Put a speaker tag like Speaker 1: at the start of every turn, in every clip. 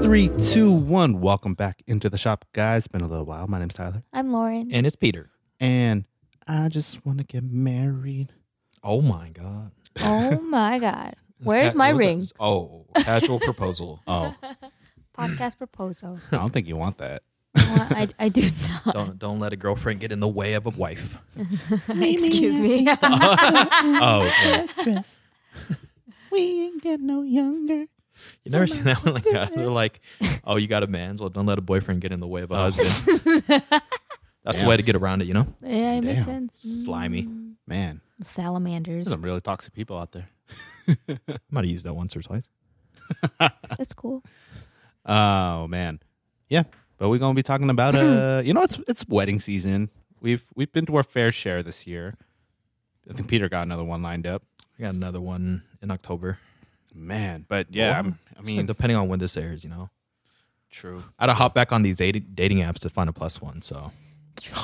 Speaker 1: two, one. Welcome back into the shop, guys. Been a little while. My name's Tyler,
Speaker 2: I'm Lauren.
Speaker 3: And it's Peter.
Speaker 1: and I just want to get married.
Speaker 3: Oh my God.
Speaker 2: oh my God.
Speaker 3: It's
Speaker 2: Where's
Speaker 3: ca-
Speaker 2: my
Speaker 3: it was a-
Speaker 2: ring?
Speaker 3: oh, casual proposal.
Speaker 1: Oh,
Speaker 2: Podcast proposal.
Speaker 1: I don't think you want that.
Speaker 2: Well, I, I do not.
Speaker 3: Don't don't let a girlfriend get in the way of a wife.
Speaker 2: Excuse me.
Speaker 3: Oh, okay.
Speaker 1: Dress. we ain't get no younger.
Speaker 3: you never seen that one like that? They're like, oh, you got a man's. Well, don't let a boyfriend get in the way of a husband. That's the way to get around it, you know.
Speaker 2: yeah, it makes
Speaker 1: Damn.
Speaker 2: sense.
Speaker 3: Slimy.
Speaker 2: Mm.
Speaker 1: Man,
Speaker 2: Salamanders.
Speaker 1: there's some really toxic people out there.
Speaker 3: I might have used that once or twice.
Speaker 2: It's cool.
Speaker 1: Oh man, yeah. But we're gonna be talking about uh, you know, it's it's wedding season. We've we've been to our fair share this year. I think Peter got another one lined up.
Speaker 3: I got another one in October.
Speaker 1: Man, but yeah, I'm, I
Speaker 3: I mean,
Speaker 1: mean,
Speaker 3: depending on when this airs, you know,
Speaker 1: true.
Speaker 3: I had to hop back on these dating dating apps to find a plus one. So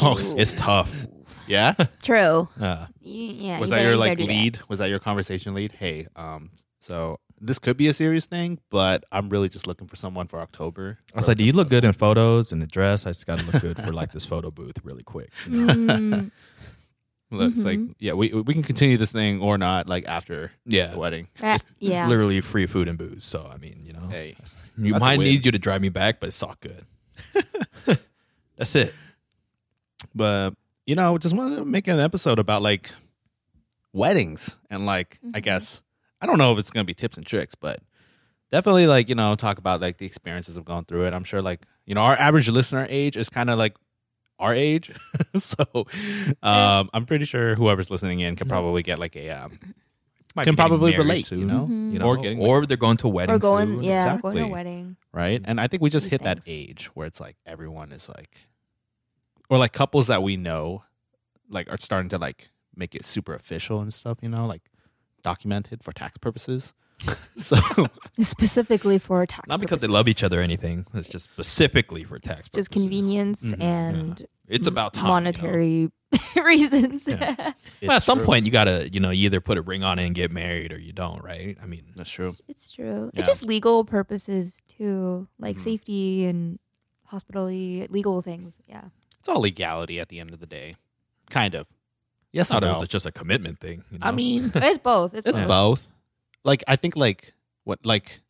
Speaker 3: Oh, it's tough.
Speaker 1: Yeah,
Speaker 2: True.
Speaker 3: Uh,
Speaker 2: Y- Yeah.
Speaker 1: was that
Speaker 2: you better-
Speaker 1: your
Speaker 2: you
Speaker 1: like
Speaker 2: better do that.
Speaker 1: lead? Was that your conversation lead? Hey, um, so this could be a serious thing, but I'm really just looking for someone for October.
Speaker 3: I was like, "Do you look good in photos and a dress? I just got to look good for like this photo booth really quick." you know?
Speaker 2: Mm,
Speaker 1: Look, It's
Speaker 2: Mm-hmm.
Speaker 1: like, yeah, we we can continue this thing or not, like after
Speaker 3: Yeah,
Speaker 1: the wedding.
Speaker 2: that- Uh, yeah.
Speaker 3: literally free food and booze. So I mean, you know,
Speaker 1: Hey,
Speaker 3: you
Speaker 1: that's a
Speaker 3: might
Speaker 1: win.
Speaker 3: need you to drive me back, but it's all good. that's it.
Speaker 1: but you know, just wanted to make an episode about like weddings and like I guess I don't know if it's gonna be tips and tricks, but definitely like you know talk about like the experiences of going through it. I'm sure like you know our average listener age is kind of like our age, so um, I'm pretty sure whoever's listening in can probably get like a um,
Speaker 3: Might
Speaker 1: Can
Speaker 3: be getting
Speaker 1: probably
Speaker 3: married
Speaker 1: relate,
Speaker 3: soon,
Speaker 1: you know?
Speaker 3: you know,
Speaker 1: Or
Speaker 3: or,
Speaker 1: getting-
Speaker 3: they're going to a wedding.
Speaker 2: Mm-hmm. Or going,
Speaker 3: soon.
Speaker 2: yeah, going to
Speaker 1: Exactly.
Speaker 2: a wedding.
Speaker 1: right? And I think we just
Speaker 2: These
Speaker 1: hit that
Speaker 2: things.
Speaker 1: age where it's like everyone is like, or like couples that we know, like are starting to like make it super official and stuff, you know, like documented for tax purposes. so
Speaker 2: Specifically for tax
Speaker 3: Not because they love each other or
Speaker 2: purposes.
Speaker 3: anything. It's just specifically for tax.
Speaker 2: It's just
Speaker 3: purposes. Mm-hmm.
Speaker 2: convenience
Speaker 1: Mhm, yeah.
Speaker 2: and
Speaker 3: It's about time. you know?
Speaker 2: monetary reasons.
Speaker 3: Yeah.
Speaker 1: it's
Speaker 3: Well, at some
Speaker 1: true.
Speaker 3: point, you gotta, you know, you either put a ring on it and get married, or you don't, right? I mean,
Speaker 1: that's true.
Speaker 2: It's, it's true.
Speaker 1: Yeah.
Speaker 2: It's just legal purposes too, like
Speaker 1: Mhm.
Speaker 2: safety and hospitality, legal things. Yeah.
Speaker 1: It's all legality at the end of the day, kind of. Yes, I
Speaker 3: I thought it
Speaker 1: know.
Speaker 3: was just a commitment thing. you
Speaker 1: I
Speaker 3: know?
Speaker 1: mean,
Speaker 2: But it's both. It's,
Speaker 1: it's
Speaker 2: both.
Speaker 1: both. Like I think like what like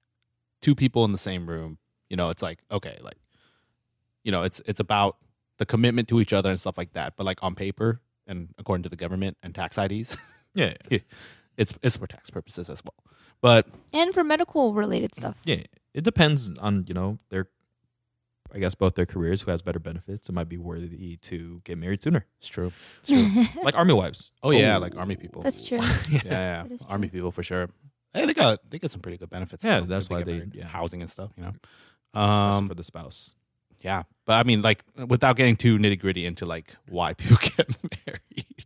Speaker 1: two people in the same room, you know, it's like okay, like you know, it's it's about the commitment to each other and stuff like that. But like on paper and according to the government and tax IDs,
Speaker 3: yeah,
Speaker 1: it's it's for tax purposes as well. But
Speaker 2: And for medical related stuff.
Speaker 3: Yeah, it depends on you know their, I guess both their careers. Who has better benefits? It might be worthy to get married sooner.
Speaker 1: it's true. It's true.
Speaker 2: That's
Speaker 3: Like army wives.
Speaker 1: Oh yeah, like army people.
Speaker 2: true.
Speaker 3: yeah.
Speaker 1: Yeah, yeah,
Speaker 2: That
Speaker 1: yeah.
Speaker 2: is true.
Speaker 1: army people for sure. Hey, they got they get some pretty good benefits.
Speaker 3: Yeah,
Speaker 1: though,
Speaker 3: that's
Speaker 1: if they
Speaker 3: why
Speaker 1: get
Speaker 3: they-
Speaker 1: married.
Speaker 3: yeah.
Speaker 1: housing and stuff. You know,
Speaker 3: Especially
Speaker 1: um,
Speaker 3: for the spouse.
Speaker 1: yeah. But I mean, like, without getting too nitty gritty into like why people get married.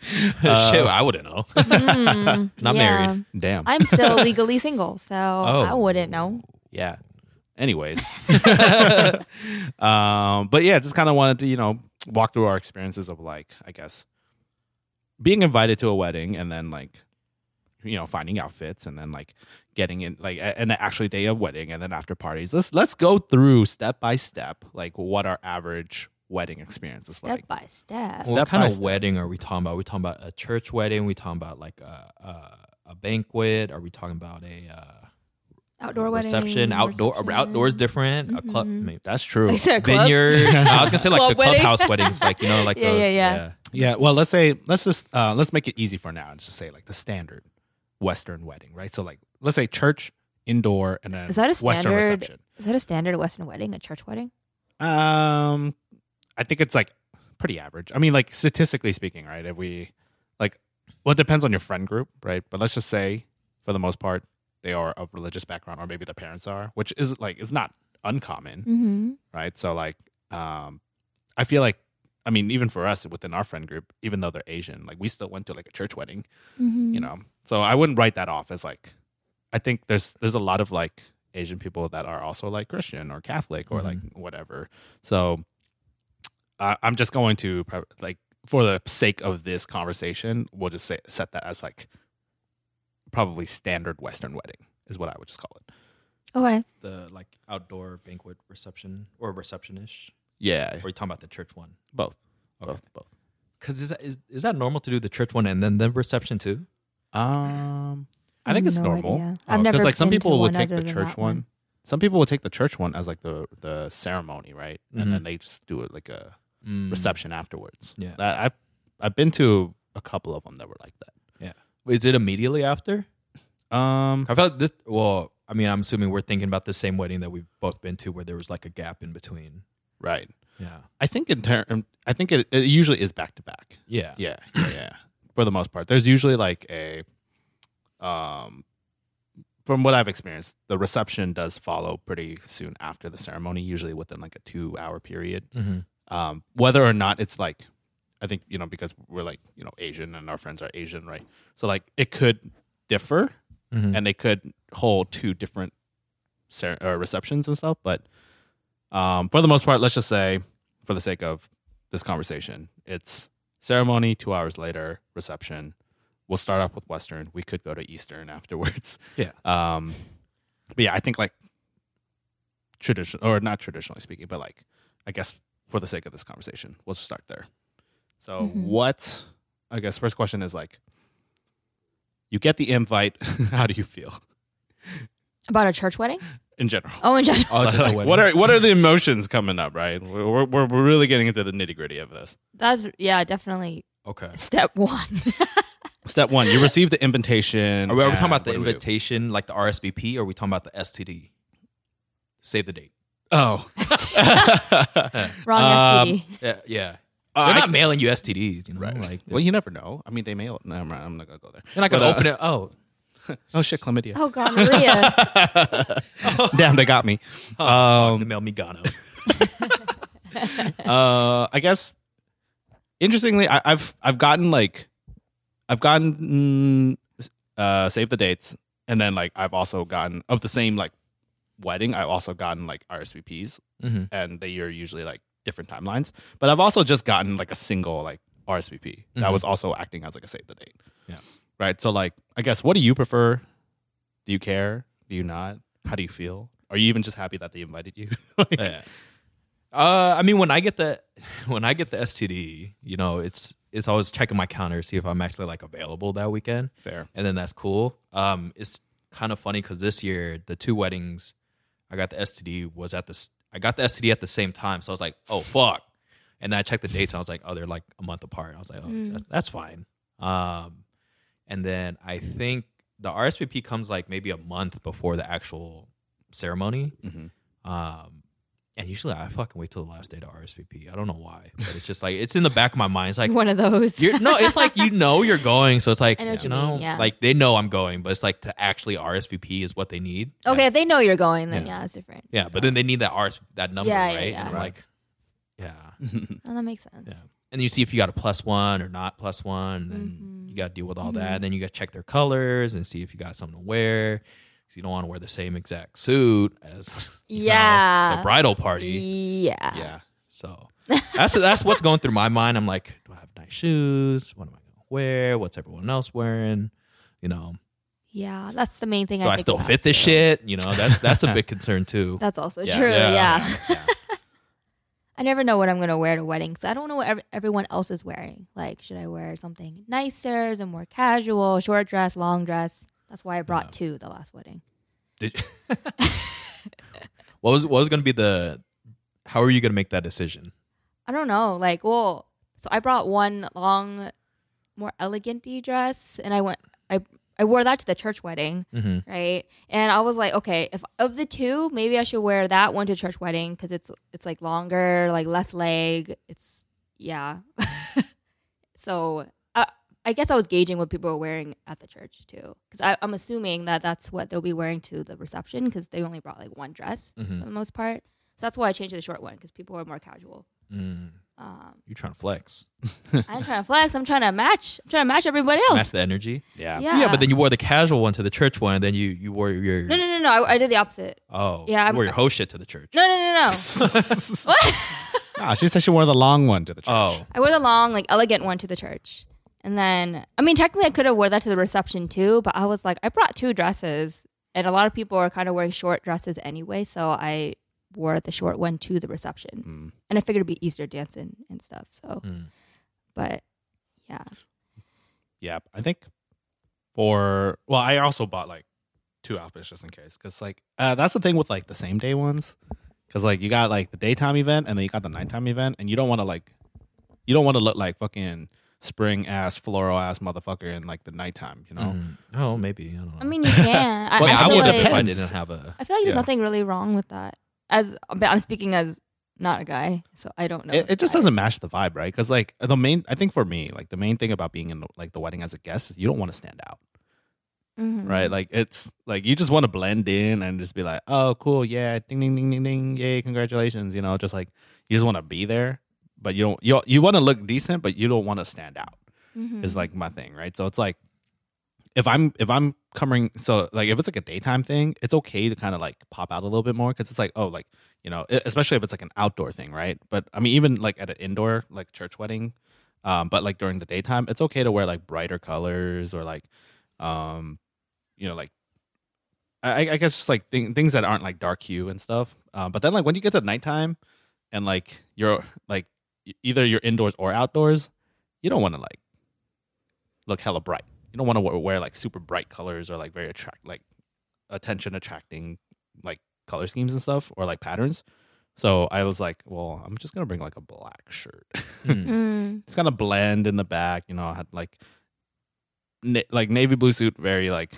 Speaker 3: Shit, I wouldn't know.
Speaker 2: Mm, yeah.
Speaker 3: Not married.
Speaker 1: Damn.
Speaker 2: I'm still legally single, so I
Speaker 3: Oh.
Speaker 2: wouldn't know.
Speaker 1: yeah. Anyways, um, but yeah, just kind of wanted to you know walk through our experiences of like I guess being invited to a wedding and then like you know finding outfits and then like getting in like a- and the actually day of wedding and then after parties. Let's let's go through step by step like what our average wedding experience is
Speaker 2: Step
Speaker 1: like.
Speaker 2: by step.
Speaker 1: Step
Speaker 3: what kind
Speaker 1: by
Speaker 3: of
Speaker 1: step.
Speaker 3: wedding are we talking about? Are we talking about a church wedding? we talking about like a a, a banquet? Are we talking about a uh,
Speaker 2: Outdoor wedding.
Speaker 3: reception? Outdoor? Are outdoors different? A club? I
Speaker 2: Mhm.
Speaker 3: mean,
Speaker 1: That's true.
Speaker 2: Is that a club?
Speaker 3: vineyard? I was gonna say like
Speaker 2: Club
Speaker 3: the
Speaker 2: wedding?
Speaker 3: clubhouse weddings, like you know, like
Speaker 2: Yeah,
Speaker 3: those.
Speaker 2: yeah, yeah.
Speaker 1: Yeah, well, let's say let's just uh, let's make it easy for now and just say like the standard Western wedding, right? So like let's say church, indoor, and then
Speaker 2: Is that a
Speaker 1: Western
Speaker 2: standard-
Speaker 1: reception.
Speaker 2: Is that a standard Western wedding, a church wedding?
Speaker 1: Um, I think it's like pretty average. I mean, like statistically speaking, right? If we like, well, it depends on your friend group, right? But let's just say for the most part they are of religious background, or maybe the parents are, which is like it's not uncommon
Speaker 2: Mm-hmm.
Speaker 1: right? So like, um, I feel like, I mean, even for us within our friend group, even though they're Asian, like we still went to like a church wedding,
Speaker 2: mm-hmm.
Speaker 1: you know. So I wouldn't write that off as like, I think there's there's a lot of like Asian people that are also like Christian or Catholic or like whatever. So I I'm just going to pre- like for the sake of this conversation, we'll just say, set that as like probably standard Western wedding is what I would just call it.
Speaker 2: Okay.
Speaker 3: the like outdoor banquet reception or receptionish?
Speaker 1: Yeah,
Speaker 3: Or are you talking about the church one?
Speaker 1: both.
Speaker 3: Okay.
Speaker 1: Both. Both.
Speaker 3: Because is, that- is is that normal to do the church one and then the reception too?
Speaker 1: Um, I think it's
Speaker 2: No
Speaker 1: normal.
Speaker 2: idea.
Speaker 3: Oh,
Speaker 2: I've
Speaker 3: 'cause,
Speaker 2: never
Speaker 1: because like some
Speaker 2: been to
Speaker 1: people will
Speaker 2: one
Speaker 1: take the
Speaker 2: other than
Speaker 1: church
Speaker 2: that
Speaker 1: one. Some people will take the church one as like the the ceremony, right?
Speaker 3: Mhm.
Speaker 1: And then they just do it like a reception afterwards.
Speaker 3: Yeah.
Speaker 1: I, I've I've been to a couple of them that were like that.
Speaker 3: Is it immediately after?
Speaker 1: Um,
Speaker 3: I felt this. Well, I mean, I'm assuming we're thinking about the same wedding that we've both been to, where there was like a gap in between.
Speaker 1: right.
Speaker 3: Yeah,
Speaker 1: I think in term, I think it, it usually is back to back.
Speaker 3: yeah,
Speaker 1: Yeah, yeah, yeah. For the most part, there's usually like a, um, from what I've experienced, the reception does follow pretty soon after the ceremony, usually within like a two hour period.
Speaker 3: Mhm.
Speaker 1: um, whether or not it's like i think you know because we're like you know asian and our friends are asian right so like it could differ
Speaker 3: Mhm.
Speaker 1: and they could hold two different cer- or receptions and stuff but um, for the most part let's just say for the sake of this conversation it's ceremony two hours later reception we'll start off with western we could go to eastern afterwards
Speaker 3: Yeah.
Speaker 1: um, but yeah i think like tradition or not traditionally speaking but like I guess for the sake of this conversation, we'll just start there. So,
Speaker 2: Mhm.
Speaker 1: what I guess first question is like, you get the invite. how do you feel
Speaker 2: About a church wedding?
Speaker 1: in general?
Speaker 2: Oh, in general.
Speaker 3: Oh, just a
Speaker 1: Like,
Speaker 3: wedding.
Speaker 1: what are what are the emotions coming up? Right, we're we're, we're really getting into the nitty gritty of this.
Speaker 2: That's yeah, definitely
Speaker 3: okay?
Speaker 2: step one.
Speaker 1: Step one, you receive the invitation.
Speaker 3: Are we, are we talking
Speaker 1: and
Speaker 3: about the
Speaker 1: what do we do?
Speaker 3: invitation, like the RSVP, or are we talking about the STD? Save the date.
Speaker 1: Oh,
Speaker 2: Wrong
Speaker 1: Um,
Speaker 2: STD.
Speaker 3: Yeah, yeah.
Speaker 1: Uh,
Speaker 3: they're
Speaker 1: I
Speaker 3: not
Speaker 1: c-
Speaker 3: mailing you STDs, you know. Like
Speaker 1: well, you never know. I mean, they mail. No, I'm not, I'm not gonna go there.
Speaker 3: they're not gonna
Speaker 1: But, uh,
Speaker 3: open it. Oh,
Speaker 1: Oh shit, chlamydia.
Speaker 2: Oh, gonorrhea.
Speaker 1: Damn, they got me.
Speaker 3: Oh,
Speaker 1: um,
Speaker 3: they mail me Gano.
Speaker 1: uh, I guess interestingly, I, I've I've gotten like I've gotten mm, uh, save the dates, and then like I've also gotten of the same like wedding. I've also gotten like RSVPs,
Speaker 3: Mhm.
Speaker 1: and they are usually like different timelines. But I've also just gotten like a single like RSVP that
Speaker 3: Mhm.
Speaker 1: was also acting as like a save the date.
Speaker 3: Yeah.
Speaker 1: Right. So like, I guess what do you prefer? Do you care? Do you not? How do you feel? Are you even just happy that they invited you? Like-
Speaker 3: Yeah. Uh, I mean, when I get the when I get the STD, E, you know, it's it's always checking my calendar see if I'm actually like available that weekend,
Speaker 1: Fair.
Speaker 3: and then that's cool. Um, it's kind of funny because this year the two weddings I got the STD E was at this I got the STD E at the same time, so I was like, oh fuck, and then I checked the dates, and I was like, oh, they're like a month apart. I was like, oh, that's, that's fine. Um, and then I think the RSVP comes like maybe a month before the actual ceremony.
Speaker 1: Mhm.
Speaker 3: Um, and usually I fucking wait till the last day to RSVP. I don't know why, but it's just like it's in the back of my mind. It's like
Speaker 2: one of those.
Speaker 3: you're, no, it's like you know you're going, so it's like
Speaker 2: I know
Speaker 3: you,
Speaker 2: what you
Speaker 3: know,
Speaker 2: mean, yeah.
Speaker 3: like they know I'm going, but it's like to actually RSVP is what they need.
Speaker 2: okay, if they know you're going, then
Speaker 3: Yeah.
Speaker 2: yeah, it's different.
Speaker 3: Yeah, but then they need that RS that number,
Speaker 2: Yeah,
Speaker 3: right?
Speaker 2: yeah, yeah.
Speaker 3: And I'm
Speaker 1: Right.
Speaker 3: like, yeah.
Speaker 2: Oh, that makes sense.
Speaker 3: Yeah. And you see if you got a plus one or not plus one. And then
Speaker 2: Mhm.
Speaker 3: you got to deal with all that. then you got to check their colors and see if you got something to wear. Because you don't want to wear the same exact suit as you know,
Speaker 2: Yeah.
Speaker 3: the bridal party.
Speaker 2: Yeah.
Speaker 3: Yeah. So that's that's what's going through my mind. I'm like, do I have nice shoes? What am I going to wear? What's everyone else wearing? You know,
Speaker 2: Yeah, That's the main thing.
Speaker 3: do
Speaker 2: I,
Speaker 3: I
Speaker 2: think
Speaker 3: still
Speaker 2: about,
Speaker 3: fit this
Speaker 2: too.
Speaker 3: shit? You know, that's that's a big concern too.
Speaker 2: That's also
Speaker 1: Yeah.
Speaker 2: true. Yeah.
Speaker 3: yeah.
Speaker 2: I never know what I'm gonna wear to weddings. I don't know what ev- everyone else is wearing. Like, should I wear something nicer, some more casual, short dress, long dress? That's why I brought
Speaker 3: Yeah.
Speaker 2: two the last wedding.
Speaker 3: Did what was what was going to be the? How are you going to make that decision?
Speaker 2: I don't know. Like, well, so I brought one long, more eleganty dress, and I went. I I wore that to the church wedding,
Speaker 3: Mhm.
Speaker 2: right? And I was like, okay, if of the two, maybe I should wear that one to church wedding because it's it's like longer, like less leg. It's yeah. so I I guess I was gauging what people were wearing at the church too, because I'm assuming that that's what they'll be wearing to the reception because they only brought like one dress
Speaker 3: Mhm.
Speaker 2: for the most part. So that's why I changed to the short one because people were more casual.
Speaker 3: Mm,
Speaker 2: Um,
Speaker 3: you trying to flex,
Speaker 2: I'm trying to flex. I'm trying to match. I'm trying to match everybody
Speaker 3: match
Speaker 2: else.
Speaker 3: the energy.
Speaker 1: Yeah.
Speaker 2: Yeah.
Speaker 3: but then you wore the casual one to the church one, and then you you wore your
Speaker 2: no, no, no, no. I, I did the opposite.
Speaker 3: oh
Speaker 2: Yeah,
Speaker 3: you
Speaker 2: I'm-
Speaker 3: wore your host shit to the church.
Speaker 2: No, no, no, no.
Speaker 1: Ah, she said she wore the long one to the church.
Speaker 3: Oh,
Speaker 2: I wore the long, like elegant one to the church, and then I mean, technically, I could have wore that to the reception too. But I was like, I brought two dresses, and a lot of people are kind of wearing short dresses anyway. So I wore the short one to the reception,
Speaker 1: Mm.
Speaker 2: and I figured it'd be easier dancing and stuff. So,
Speaker 3: Mm.
Speaker 2: but yeah,
Speaker 1: Yeah, I think for well, I also bought like two outfits just in case because like uh, that's the thing with like the same day ones because like you got like the daytime event and then you got the nighttime event and you don't want to like you don't want to look like fucking spring ass floral ass motherfucker in like the nighttime, you know.
Speaker 3: Mm. Oh, maybe. I don't know.
Speaker 2: I mean you can. I,
Speaker 3: I, mean,
Speaker 2: I,
Speaker 3: I
Speaker 2: feel
Speaker 3: would have
Speaker 2: like,
Speaker 3: if I
Speaker 1: depends.
Speaker 3: didn't have a.
Speaker 2: I feel like there's
Speaker 1: Yeah.
Speaker 2: nothing really wrong with that. As but I'm speaking as not a guy, so I don't know.
Speaker 1: It, it just
Speaker 2: guys.
Speaker 1: doesn't match the vibe, right? Because like the main, I think for me, like the main thing about being in like the wedding as a guest is you don't want to stand out.
Speaker 2: Mhm.
Speaker 1: right? Like it's like you just want to blend in and just be like, oh, cool, yeah, ding, ding, ding, ding, ding, yay, congratulations, you know, just like you just want to be there, but you don't, you you want to look decent, but you don't want to stand out.
Speaker 2: Mhm.
Speaker 1: Is like my thing, right? So it's like if I'm if I'm coming, so like if it's like a daytime thing, it's okay to kind of like pop out a little bit more because it's like oh, like you know, e- especially if it's like an outdoor thing, right? But I mean, even like at an indoor like church wedding. Um, but like during the daytime, it's okay to wear like brighter colors or like um you know, like I, I guess just like thing, things that aren't like dark hue and stuff. Um, but then like when you get to nighttime and like you're like e- either you're indoors or outdoors, you don't want to like look hella bright. You don't want to wear, wear like super bright colors or like very attract like attention attracting like color schemes and stuff or like patterns. So I was like, well, I'm just gonna bring like a black shirt.
Speaker 3: Mm.
Speaker 2: Mm.
Speaker 1: it's gonna blend in the back. You know, I had like na- like navy blue suit, very like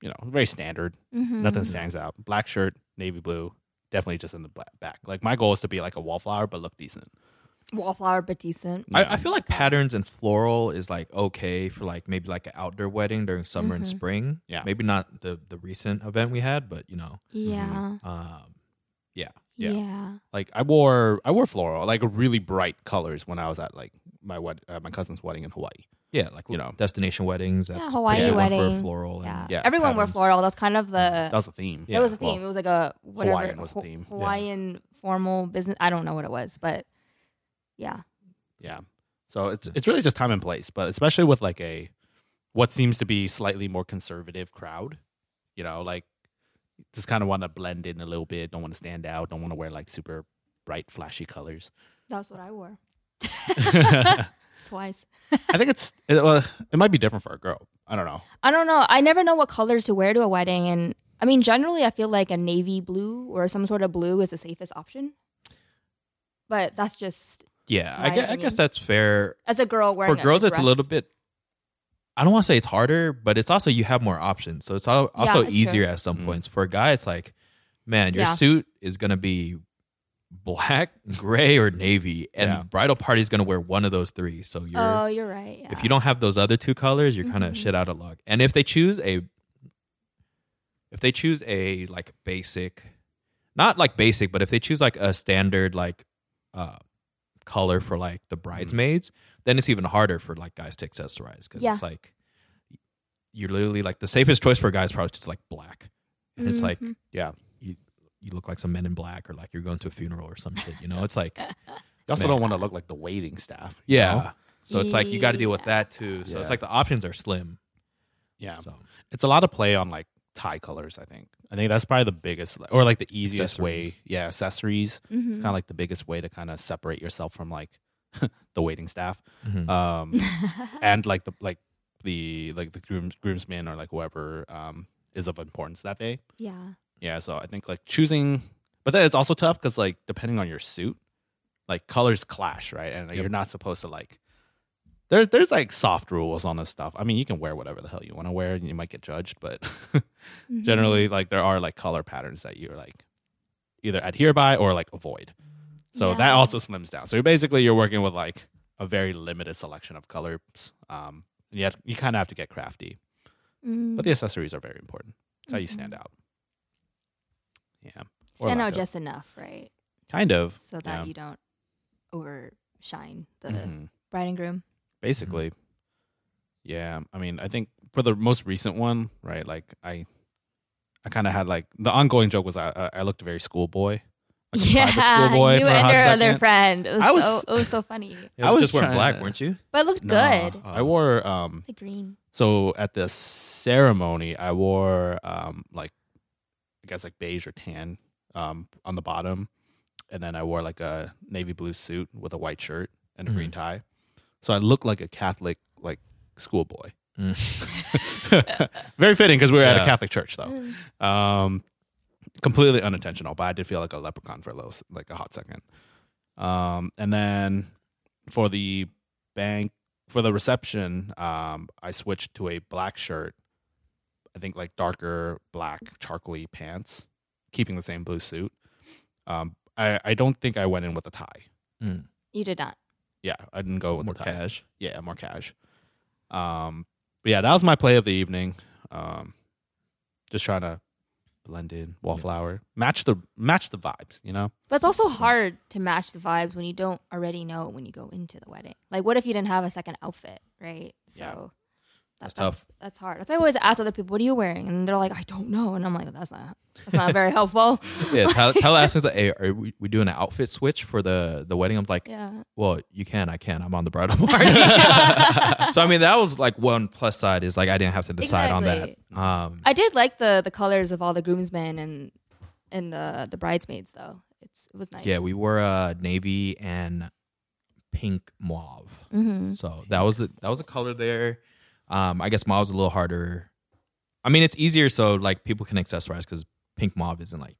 Speaker 1: you know, very standard.
Speaker 2: Mhm.
Speaker 1: Nothing stands out. Black shirt, navy blue, definitely just in the black back. Like my goal is to be like a wallflower, but look decent.
Speaker 2: Wallflower, but decent.
Speaker 1: Yeah.
Speaker 3: I, I feel like patterns and floral is like okay for like maybe like an outdoor wedding during summer and
Speaker 2: Mhm.
Speaker 3: spring.
Speaker 1: Mm-hmm. Yeah.
Speaker 3: Maybe not the the recent event we had, but you know,
Speaker 2: Yeah.
Speaker 3: um, yeah.
Speaker 1: Yeah.
Speaker 2: Yeah.
Speaker 1: like I wore I wore floral, like really bright colors when I was at like my wed- uh, my cousin's wedding in Hawaii.
Speaker 3: Yeah, like
Speaker 1: You know.
Speaker 3: destination weddings. That's pretty
Speaker 2: Hawaii
Speaker 3: good one
Speaker 2: wedding.
Speaker 3: for floral.
Speaker 2: Yeah.
Speaker 3: And,
Speaker 1: yeah,
Speaker 2: Everyone wore
Speaker 3: patterns.
Speaker 2: floral. That's kind of the
Speaker 1: that was the theme.
Speaker 3: Yeah,
Speaker 2: Uh, that was the
Speaker 1: well,
Speaker 2: theme. it was like a whatever
Speaker 1: Hawaiian was the
Speaker 2: Ho-
Speaker 1: theme. Yeah.
Speaker 2: Hawaiian formal business. I don't know what it was, but yeah.
Speaker 1: Yeah. So it's it's really just time and place, but especially with like a what seems to be slightly more conservative crowd, you know, like just kind of want to blend in a little bit, don't want to stand out, don't want to wear like super bright flashy colors.
Speaker 2: That's what I wore
Speaker 1: I
Speaker 2: twice.
Speaker 1: think it's it, well, it might be different for a girl. I don't know.
Speaker 2: I don't know. I never know what colors to wear to a wedding, and I mean, generally, I feel like a navy blue or some sort of blue is the safest option. But that's just
Speaker 3: Yeah, I
Speaker 2: Right,
Speaker 3: guess,
Speaker 2: I
Speaker 3: I guess
Speaker 2: mean-
Speaker 3: that's fair.
Speaker 2: as a girl
Speaker 3: For
Speaker 2: wearing.
Speaker 3: girls,
Speaker 2: a
Speaker 3: it's a
Speaker 2: dress.
Speaker 3: little bit. I don't want to say it's harder, but it's also you have more options, so it's al-
Speaker 2: Yeah,
Speaker 3: also
Speaker 2: that's true.
Speaker 3: easier at some
Speaker 1: Mhm.
Speaker 3: points. For a guy, it's like, man, your
Speaker 2: Yeah.
Speaker 3: suit is gonna be black, gray, or navy, and
Speaker 1: Yeah.
Speaker 3: bridal party is gonna wear one of those three. So you're
Speaker 2: Oh, you're right. Yeah.
Speaker 3: if you don't have those other two colors, you're kind of
Speaker 2: Mhm.
Speaker 3: shit out of luck. And if they choose a, if they choose a like basic, not like basic, but if they choose like a standard like, uh, color for like the
Speaker 1: Mm-hmm.
Speaker 3: bridesmaids, then it's even harder for like guys to accessorize because
Speaker 2: Yeah.
Speaker 3: it's like, you're literally like the safest choice for a guy is probably just like black, and it's like
Speaker 2: Mhm.
Speaker 1: Yeah.
Speaker 3: you you look like some men in black or like you're going to a funeral or some shit. You know, it's like
Speaker 1: You also
Speaker 3: Man.
Speaker 1: don't want to look like the waiting staff. you
Speaker 3: yeah.
Speaker 1: know?
Speaker 3: So it's like you got to deal with that too. So it's
Speaker 1: Yeah.
Speaker 3: like the options are slim.
Speaker 1: Yeah.
Speaker 3: So
Speaker 1: It's a lot of play on like tie colors, I think. I think that's probably the biggest or like the easiest way.
Speaker 3: Accessories.
Speaker 1: Yeah, accessories. It's
Speaker 2: Mhm.
Speaker 1: kind of like the biggest way to kind of separate yourself from like the waiting staff.
Speaker 3: mhm.
Speaker 1: Um and like the like the like the grooms groomsmen or like whoever um is of importance that day.
Speaker 2: yeah.
Speaker 1: Yeah, so I think like choosing, but then it's also tough because like depending on your suit, like colors clash, right? And like,
Speaker 3: Yep.
Speaker 1: you're not supposed to like. There's there's like soft rules on this stuff. I mean, you can wear whatever the hell you want to wear, and you might get judged, but
Speaker 2: Mhm.
Speaker 1: generally, like there are like color patterns that you're like either adhere by or like avoid. So
Speaker 2: Yeah.
Speaker 1: that also slims down. So you're basically you're working with like a very limited selection of colors. Um, and yet you kind of have to get crafty,
Speaker 2: Mm.
Speaker 1: but the accessories are very important. It's how you stand out. Yeah. or lack
Speaker 2: stand out
Speaker 1: of.
Speaker 2: just enough, right?
Speaker 1: Kind of.
Speaker 2: so that
Speaker 1: Yeah.
Speaker 2: you don't overshine the
Speaker 1: Mhm.
Speaker 2: bride and groom.
Speaker 1: Basically. Yeah. I mean, I think for the most recent one, right? Like I, I kind of had like the ongoing joke was I, I- I looked very schoolboy. Like a private schoolboy
Speaker 2: you
Speaker 1: for a
Speaker 2: and
Speaker 1: hot
Speaker 2: your other
Speaker 1: second.
Speaker 2: friend. It was,
Speaker 1: I was-
Speaker 2: so, it was so funny,
Speaker 1: I
Speaker 3: I was
Speaker 1: was
Speaker 3: just wearing
Speaker 1: trying
Speaker 3: black,
Speaker 1: to-
Speaker 3: weren't you?
Speaker 2: but it looked
Speaker 1: Nah,
Speaker 2: good.
Speaker 1: I wore um
Speaker 2: It's like green.
Speaker 1: so at the ceremony I wore um like I guess like beige or tan um, on the bottom, and then I wore like a navy blue suit with a white shirt and a green tie, so I looked like a Catholic like schoolboy.
Speaker 2: Mm.
Speaker 1: Very fitting because we were at a
Speaker 3: Yeah.
Speaker 1: Catholic church though. Um, completely unintentional, but I did feel like a leprechaun for a little, s- like a hot second. Um, and then for the bank for the reception, um, I switched to a black shirt. I think like darker black charcoaly pants, keeping the same blue suit. Um, I, I don't think I went in with a tie.
Speaker 2: You did not.
Speaker 1: Yeah, I didn't go with
Speaker 3: More
Speaker 1: the tie.
Speaker 3: cash.
Speaker 1: Yeah, more cash. Um, but yeah, that was my play of the evening. Um, just trying to blend in wallflower, match the match the vibes. You know,
Speaker 2: But it's also hard to match the vibes when you don't already know when you go into the wedding. Like, what if you didn't have a second outfit, right? So
Speaker 1: Yeah.
Speaker 3: That's tough.
Speaker 2: That's hard. That's why I always ask other people, "What are you wearing?" And they're like, "I don't know," and I'm like, "That's not that's not very helpful."
Speaker 3: Yeah, Tyler, Tyler asked me, he's like, hey, are we, we doing an outfit switch for the, the wedding? I'm like,
Speaker 2: Yeah,
Speaker 3: well, you can, I can. I'm on the bridal party. so, I mean, that was like one plus side is like I didn't have to decide
Speaker 2: Exactly.
Speaker 3: on that. Um,
Speaker 2: I did like the the colors of all the groomsmen and and uh, the the bridesmaids though. It's it was nice.
Speaker 3: Yeah, we were uh, navy and pink mauve.
Speaker 2: hmm
Speaker 3: So that was the that was the color there. Um, I guess mauve's a little harder. I mean, it's easier so like people can accessorize because pink mauve isn't like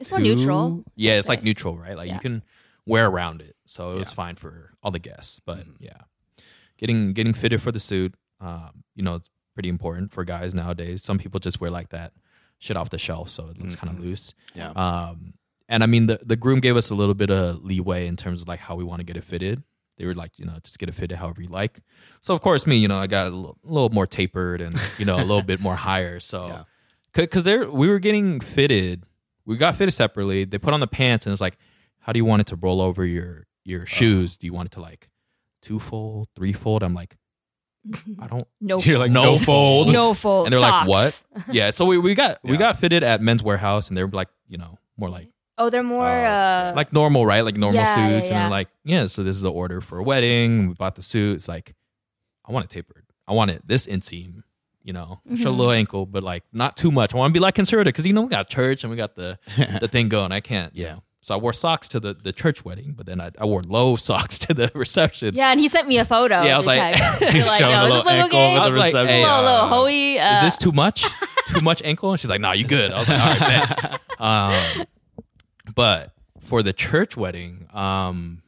Speaker 2: It's more
Speaker 3: too-
Speaker 2: neutral.
Speaker 3: Yeah, it's
Speaker 2: Right.
Speaker 3: like neutral, right? Like
Speaker 2: Yeah.
Speaker 3: you can wear around it, so it was
Speaker 1: Yeah.
Speaker 3: fine for all the guests. But
Speaker 2: Mm-hmm.
Speaker 3: yeah, getting getting fitted for the suit, um, you know, it's pretty important for guys nowadays. Some people just wear like that shit off the shelf, so it looks kind
Speaker 1: Mhm.
Speaker 2: Mm-hmm.
Speaker 3: of loose.
Speaker 1: yeah,
Speaker 3: Um, and I mean, the, the groom gave us a little bit of leeway in terms of like how we want to get it fitted. They were like, you know, just get it fitted however you like. So of course, me, you know, I got a little, little more tapered and you know a little bit more higher.
Speaker 1: Yeah.
Speaker 3: So because there we were getting fitted, we got fitted separately. They put on the pants and it's like, how do you want it to roll over your
Speaker 1: Uh-huh.
Speaker 3: your shoes? Do you want it to like two fold, three fold? I'm like, I don't.
Speaker 2: No,
Speaker 1: you're like
Speaker 3: No
Speaker 1: no fold.
Speaker 2: no fold.
Speaker 3: And they're like,
Speaker 2: socks.
Speaker 3: what? Yeah. So we, we got we
Speaker 1: Yeah.
Speaker 3: got fitted at Men's Warehouse and they're like, you know, more like
Speaker 2: Oh, they're more uh,
Speaker 3: like normal, right? Like normal
Speaker 2: Yeah, yeah,
Speaker 3: suits, and
Speaker 2: yeah.
Speaker 3: they're like, yeah. So this is the order for a wedding. We bought the suits. Like, I want it tapered. I want it this inseam. You know, show a
Speaker 2: Mhm.
Speaker 3: little ankle, but like not too much. I want to be like conservative because you know we got church and we got the the thing going. I can't. You
Speaker 1: Yeah.
Speaker 3: know. So I wore socks to the the church wedding, but then I, I wore low socks to the reception.
Speaker 2: yeah. And he sent me a photo.
Speaker 3: Yeah, I was
Speaker 2: to
Speaker 3: like-
Speaker 2: text.
Speaker 1: He's
Speaker 2: You're like,
Speaker 1: showing
Speaker 2: "Yo,
Speaker 1: a
Speaker 2: this
Speaker 1: little
Speaker 2: look
Speaker 1: ankle
Speaker 2: okay?
Speaker 1: with
Speaker 3: I
Speaker 1: the
Speaker 3: was like,
Speaker 1: reception.
Speaker 3: hey,
Speaker 2: little, little
Speaker 3: uh,
Speaker 2: hoey. Uh,
Speaker 3: Is this too much? too much ankle? And she's like, nah, you good. I was like, all right, bet. Um, but for the church wedding, um,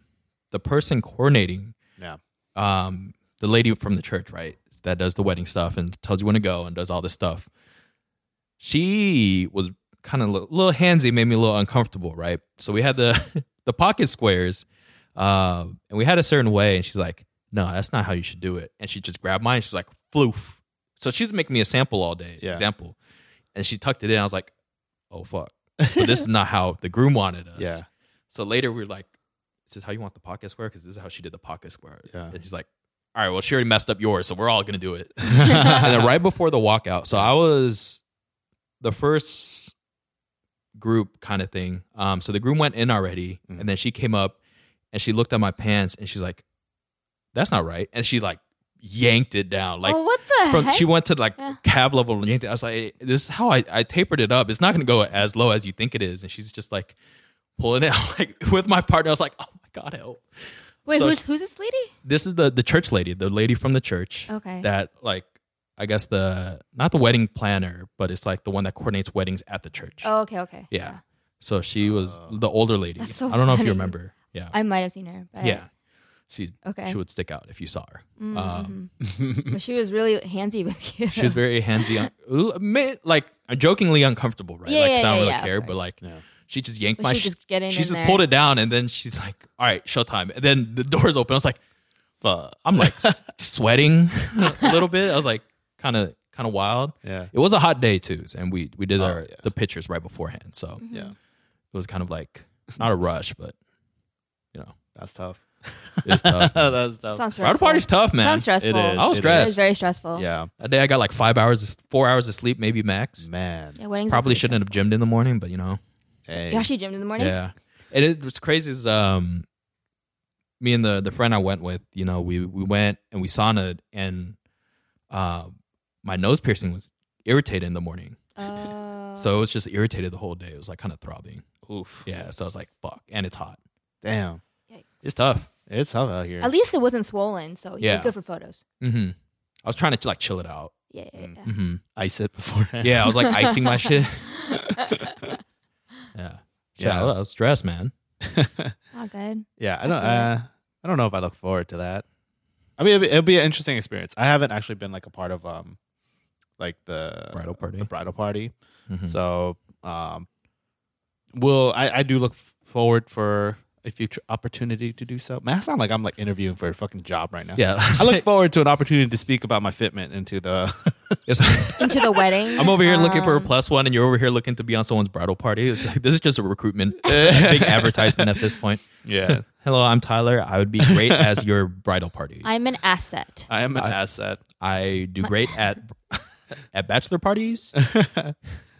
Speaker 3: the person coordinating
Speaker 1: yeah,
Speaker 3: um, the lady from the church, right, that does the wedding stuff and tells you when to go and does all this stuff. She was kind of a little, little handsy, made me a little uncomfortable, right? So we had the the pocket squares, um, and we had a certain way, and she's like, "No, that's not how you should do it." And she just grabbed mine. She's like, "Floof." So she's making me a sample all day,
Speaker 1: Yeah.
Speaker 3: example, and she tucked it in. I was like, "Oh fuck!" But this is not how the groom wanted us.
Speaker 1: yeah.
Speaker 3: So later we were like, "Is this how you want the pocket square?" Because this is how she did the pocket square.
Speaker 1: Yeah.
Speaker 3: And she's like, "All right, well she already messed up yours, so we're all gonna do it." and then right before the walkout, so I was the first group kind of thing. Um, so the groom went in already,
Speaker 1: Mhm.
Speaker 3: and then she came up and she looked at my pants and she's like, "That's not right," and she like yanked it down like.
Speaker 2: oh, what the
Speaker 3: From,
Speaker 2: heck?
Speaker 3: she went to like
Speaker 2: Yeah.
Speaker 3: cab level and yanked it. I was like, "Hey, "This is how I, I tapered it up. It's not going to go as low as you think it is." And she's just like pulling it out, like with my partner. I was like, "Oh my god, help!"
Speaker 2: Wait,
Speaker 3: so
Speaker 2: who's
Speaker 3: she-
Speaker 2: who's this lady?
Speaker 3: This is the the church lady, the lady from the church
Speaker 2: Okay.
Speaker 3: that like I guess the not the wedding planner, but it's like the one that coordinates weddings at the church.
Speaker 2: oh, okay, okay.
Speaker 3: yeah. So she was the older lady.
Speaker 2: That's so
Speaker 3: I don't know if you
Speaker 2: funny.
Speaker 3: remember. Yeah,
Speaker 2: I might have seen her. But
Speaker 3: yeah. She
Speaker 2: Okay.
Speaker 3: she would stick out if you saw her.
Speaker 2: Mm,
Speaker 3: Um,
Speaker 2: mhm. but she was really handsy with you.
Speaker 3: She was very handsy, on, ooh, ma- like jokingly uncomfortable, right?
Speaker 2: Yeah,
Speaker 3: like
Speaker 2: yeah,
Speaker 3: 'cause I don't
Speaker 2: yeah,
Speaker 3: really
Speaker 2: yeah, of
Speaker 3: care, but
Speaker 2: course.
Speaker 3: like
Speaker 1: Yeah.
Speaker 3: she just yanked
Speaker 2: But
Speaker 3: my.
Speaker 2: she was just getting
Speaker 3: she
Speaker 2: in
Speaker 3: just
Speaker 2: there.
Speaker 3: pulled it down, and then she's like, "All right, showtime." And then the doors open. I was like, "Fuck!" I'm like s- sweating a little bit. I was like, kind of, kind of wild.
Speaker 1: Yeah.
Speaker 3: It was a hot day too, and we we did
Speaker 1: Oh,
Speaker 3: our
Speaker 1: yeah.
Speaker 3: the pictures right beforehand, so
Speaker 1: Yeah.
Speaker 3: it was kind of like not a rush, but you know,
Speaker 1: That's tough.
Speaker 3: it's tough. man.
Speaker 1: That's tough.
Speaker 2: Sounds stressful.
Speaker 3: Bridal party's tough, man.
Speaker 2: Sounds stressful.
Speaker 1: It is.
Speaker 3: I
Speaker 1: It
Speaker 3: was
Speaker 2: It
Speaker 3: stressed.
Speaker 2: was very stressful.
Speaker 1: Yeah,
Speaker 3: That day I got like five hours, four hours of sleep, maybe max.
Speaker 1: man.
Speaker 2: Yeah, weddings are
Speaker 3: Probably
Speaker 2: pretty
Speaker 3: shouldn't have gymmed in the morning, but you know,
Speaker 1: Hey.
Speaker 2: stressful. You actually gymmed in the morning.
Speaker 3: yeah. And it was crazy. Is um, me and the the friend I went with, you know, we we went and we saunaed, and uh, my nose piercing was irritated in the morning.
Speaker 2: Oh.
Speaker 3: So it was just irritated the whole day. It was like kind of throbbing.
Speaker 1: Oof.
Speaker 3: Yeah. So I was like, fuck. And it's hot.
Speaker 1: Damn.
Speaker 3: It's tough.
Speaker 1: It's tough out here.
Speaker 2: At least it wasn't swollen, so yeah,
Speaker 3: Yeah.
Speaker 2: good for photos.
Speaker 3: Mm-hmm. I was trying to like chill it out.
Speaker 2: Yeah, yeah, yeah.
Speaker 3: Mm-hmm.
Speaker 1: Ice it beforehand.
Speaker 3: Yeah. I was like icing my shit. Yeah.
Speaker 1: Yeah.
Speaker 3: Yeah. I was stressed, man.
Speaker 2: All good.
Speaker 1: yeah. I don't.
Speaker 2: Okay.
Speaker 1: Uh, I don't know if I look forward to that. I mean, it'll be, it'll be an interesting experience. I haven't actually been like a part of um, like the
Speaker 3: Bridal party.
Speaker 1: the bridal party.
Speaker 3: Mhm.
Speaker 1: So, um, will I, I do look f- forward for a future opportunity to do so. Man, I sound like I'm like interviewing for a fucking job right now.
Speaker 3: Yeah.
Speaker 1: I look forward to an opportunity to speak about my fitment into the.
Speaker 3: It's-
Speaker 2: Into the wedding.
Speaker 3: I'm over here looking for a
Speaker 2: Um,
Speaker 3: plus one, and you're over here looking to be on someone's bridal party. It's like this is just a recruitment, big advertisement at this point.
Speaker 1: yeah,
Speaker 3: Hello, I'm Tyler. I would be great as your bridal party. I,
Speaker 2: I'm an asset.
Speaker 1: I am an asset.
Speaker 3: do great at at bachelor parties.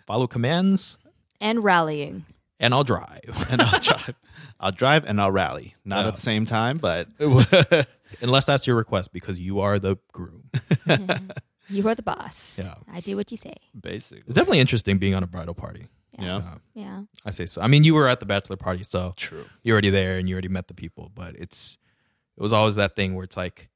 Speaker 3: Follow commands,
Speaker 2: And rallying.
Speaker 3: and I'll drive.
Speaker 1: and I'll drive. I'll drive and I'll rally. Not
Speaker 3: Yeah.
Speaker 1: at the same time, but
Speaker 3: Unless that's your request, because you are the groom.
Speaker 2: You are the boss.
Speaker 3: Yeah.
Speaker 2: I do what you say.
Speaker 1: basically,
Speaker 3: It's definitely interesting being on a bridal party. Uh,
Speaker 1: yeah,
Speaker 2: Yeah.
Speaker 3: I say so. I mean, you were at the bachelor party, so
Speaker 1: true.
Speaker 3: you're already there and you already met the people. But it's it was always that thing where it's like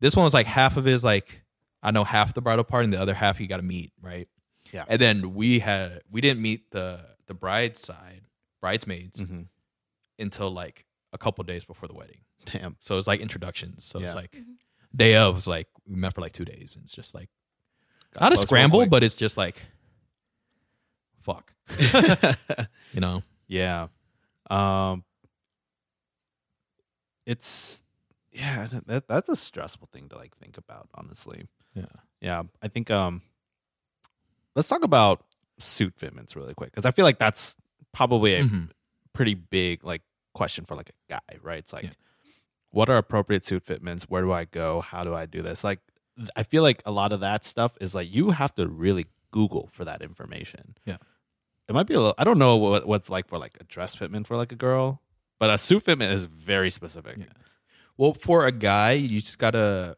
Speaker 3: this one was like half of it is like I know half the bridal party and the other half you got to meet, right?
Speaker 1: Yeah.
Speaker 3: And then we had we didn't meet the the bride side bridesmaids
Speaker 1: Mhm.
Speaker 3: until like a couple days before the wedding.
Speaker 1: Damn.
Speaker 3: So it's like introductions. So it's
Speaker 1: Yeah.
Speaker 3: like day of was like we met for like two days. And it's just like
Speaker 1: Got
Speaker 3: not a
Speaker 1: close real
Speaker 3: scramble,
Speaker 1: quick.
Speaker 3: but it's just like fuck, you know?
Speaker 1: yeah, um, it's yeah. That that's a stressful thing to like think about. Honestly,
Speaker 3: Yeah.
Speaker 1: yeah. I think um, let's talk about suit fitments really quick because I feel like that's probably a
Speaker 3: Mhm.
Speaker 1: pretty big like question for like a guy, right? It's like,
Speaker 3: Yeah.
Speaker 1: what are appropriate suit fitments? Where do I go? How do I do this? Like, th- I feel like a lot of that stuff is like you have to really Google for that information.
Speaker 3: Yeah.
Speaker 1: it might be a little. I don't know what what's like for like a dress fitment for like a girl, but a suit fitment is very specific.
Speaker 3: Yeah. Well, for a guy, you just gotta.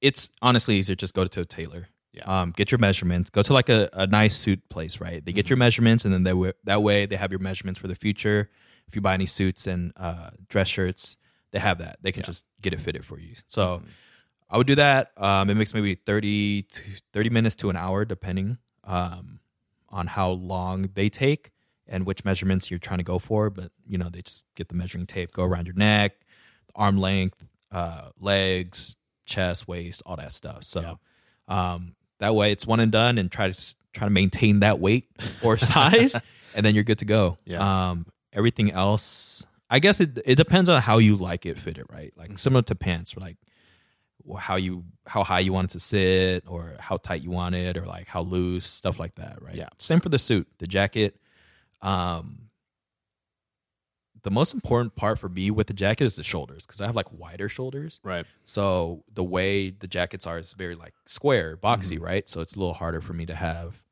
Speaker 3: It's honestly easier. Just go to a tailor.
Speaker 1: Yeah.
Speaker 3: Um, get your measurements. Go to like a, a nice suit place, right? They get your measurements, and then they wa- that way they have your measurements for the future. If you buy any suits and uh, dress shirts, they have that. They can
Speaker 1: Yeah.
Speaker 3: just get it fitted for you. So I would do that. Um, it makes maybe 30, to 30 minutes to an hour, depending um, on how long they take and which measurements you're trying to go for. But, you know, they just get the measuring tape, go around your neck, arm length, uh, legs, chest, waist, all that stuff. So um, that way it's one and done and try to s- try to maintain that weight or size and then you're good to go.
Speaker 1: Yeah.
Speaker 3: Um, everything else, I guess it, it depends on how you like it fitted, right? Like
Speaker 1: Mm-hmm.
Speaker 3: similar to pants, like wh- how you how high you want it to sit or how tight you want it or like how loose stuff like that right
Speaker 1: Yeah.
Speaker 3: same for the suit the jacket um the most important part for me with the jacket is the shoulders because i have like wider shoulders
Speaker 1: Right.
Speaker 3: so the way the jackets are is very like square boxy right so it's a little harder for me to have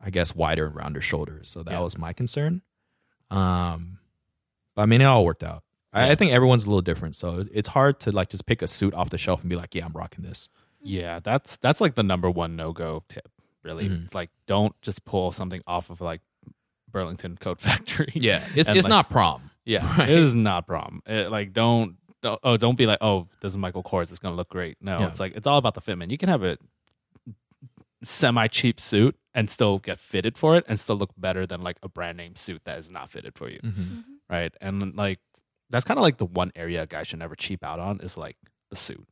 Speaker 3: i guess wider and rounder shoulders so that
Speaker 1: Yeah.
Speaker 3: was my concern um but i mean it all worked out I,
Speaker 1: Yeah.
Speaker 3: I think everyone's a little different so it's hard to like just pick a suit off the shelf and be like yeah i'm rocking this
Speaker 1: Yeah, that's that's like the number one no go tip. Really,
Speaker 3: Mhm.
Speaker 1: it's like don't just pull something off of like Burlington Coat Factory.
Speaker 3: Yeah, it's
Speaker 1: And,
Speaker 3: it's
Speaker 1: like-
Speaker 3: not prom.
Speaker 1: Yeah, it is not prom. It, like, don't, don't oh, don't be like, oh, this is Michael Kors. It's gonna look great. No,
Speaker 3: Yeah.
Speaker 1: it's like it's all about the fitment. You can have a semi cheap suit and still get fitted for it and still look better than like a brand name suit that is not fitted for you,
Speaker 3: Mm. Mm-hmm.
Speaker 1: right? And like that's kind of like the one area a guy should never cheap out on is like the suit.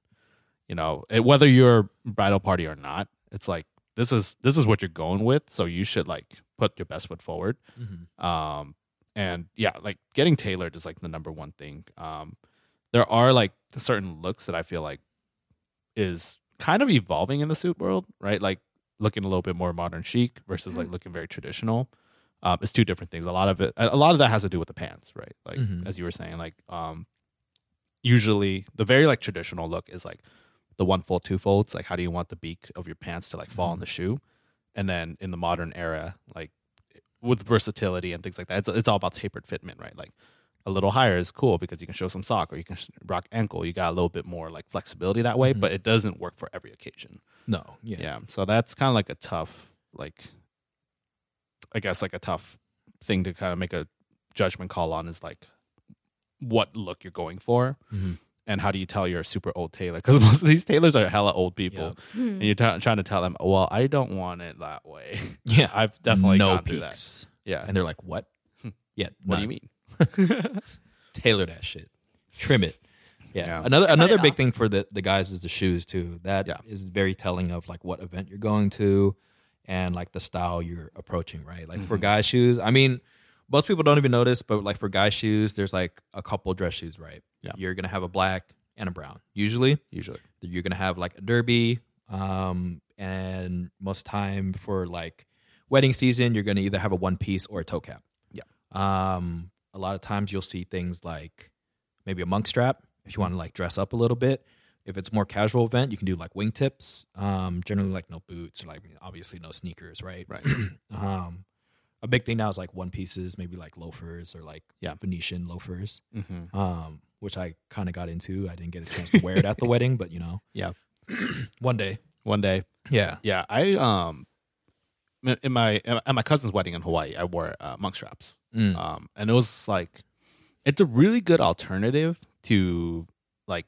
Speaker 1: You know, it, whether you're bridal party or not, it's like this is this is what you're going with, so you should like put your best foot forward
Speaker 3: Mm-hmm.
Speaker 1: um and yeah like getting tailored is like the number one thing um there are like certain looks that i feel like is kind of evolving in the suit world right like looking a little bit more modern chic versus like looking very traditional um it's two different things a lot of it a lot of that has to do with the pants right like
Speaker 3: Mhm.
Speaker 1: as you were saying like um usually the very like traditional look is like the one fold two folds like how do you want the beak of your pants to like fall on the shoe and then in the modern era like with versatility and things like that. It's, it's all about tapered fitment, right? Like a little higher is cool because you can show some sock or you can sh- rock ankle. You got a little bit more like flexibility that way, but it doesn't work for every occasion.
Speaker 3: No, Mm-hmm. yeah.
Speaker 1: Yeah. So that's kind of like a tough like I guess like a tough thing to kind of make a judgment call on is like what look you're going for
Speaker 3: Mhm.
Speaker 1: and how do you tell you're a super old tailor because most of these tailors are hella old people
Speaker 3: Yeah.
Speaker 2: Hmm.
Speaker 1: and you're t- trying to tell them well I don't want it that way
Speaker 3: Yeah,
Speaker 1: I've definitely
Speaker 3: no
Speaker 1: gone through that.
Speaker 3: peaks.
Speaker 1: yeah
Speaker 3: And they're like, "What? yeah,
Speaker 1: what do
Speaker 3: none.
Speaker 1: you mean
Speaker 3: Tailor that shit, trim it." Yeah.
Speaker 1: Yeah.
Speaker 3: Another
Speaker 2: it
Speaker 3: another big
Speaker 2: off.
Speaker 3: thing for the the guys is the shoes too. That is
Speaker 1: Yeah.
Speaker 3: very telling of like what event you're going to, and like the style you're approaching. Right. Like
Speaker 1: Mm-hmm.
Speaker 3: for guy shoes, I mean, most people don't even notice, but like for guy shoes, there's like a couple dress shoes. Right.
Speaker 1: Yeah.
Speaker 3: You're gonna have a black and a brown usually.
Speaker 1: usually
Speaker 3: you're gonna have like a derby um and most time for like wedding season you're gonna either have a one piece or a toe cap
Speaker 1: Yeah.
Speaker 3: um a lot of times you'll see things like maybe a monk strap if you want to like dress up a little bit if it's more casual event you can do like wingtips um generally like no boots or like obviously no sneakers right
Speaker 1: right
Speaker 3: um a big thing now is like one pieces maybe like loafers or like
Speaker 1: Yeah.
Speaker 3: venetian loafers
Speaker 1: mm-hmm.
Speaker 3: um, which I kind of got into. I didn't get a chance to wear it at the wedding, but you know,
Speaker 1: Yeah.
Speaker 3: one day,
Speaker 1: one day
Speaker 3: yeah,
Speaker 1: Yeah, I um in my at my cousin's wedding in Hawaii, I wore uh, monk straps.
Speaker 3: Mm.
Speaker 1: Um, and it was like it's a really good alternative to like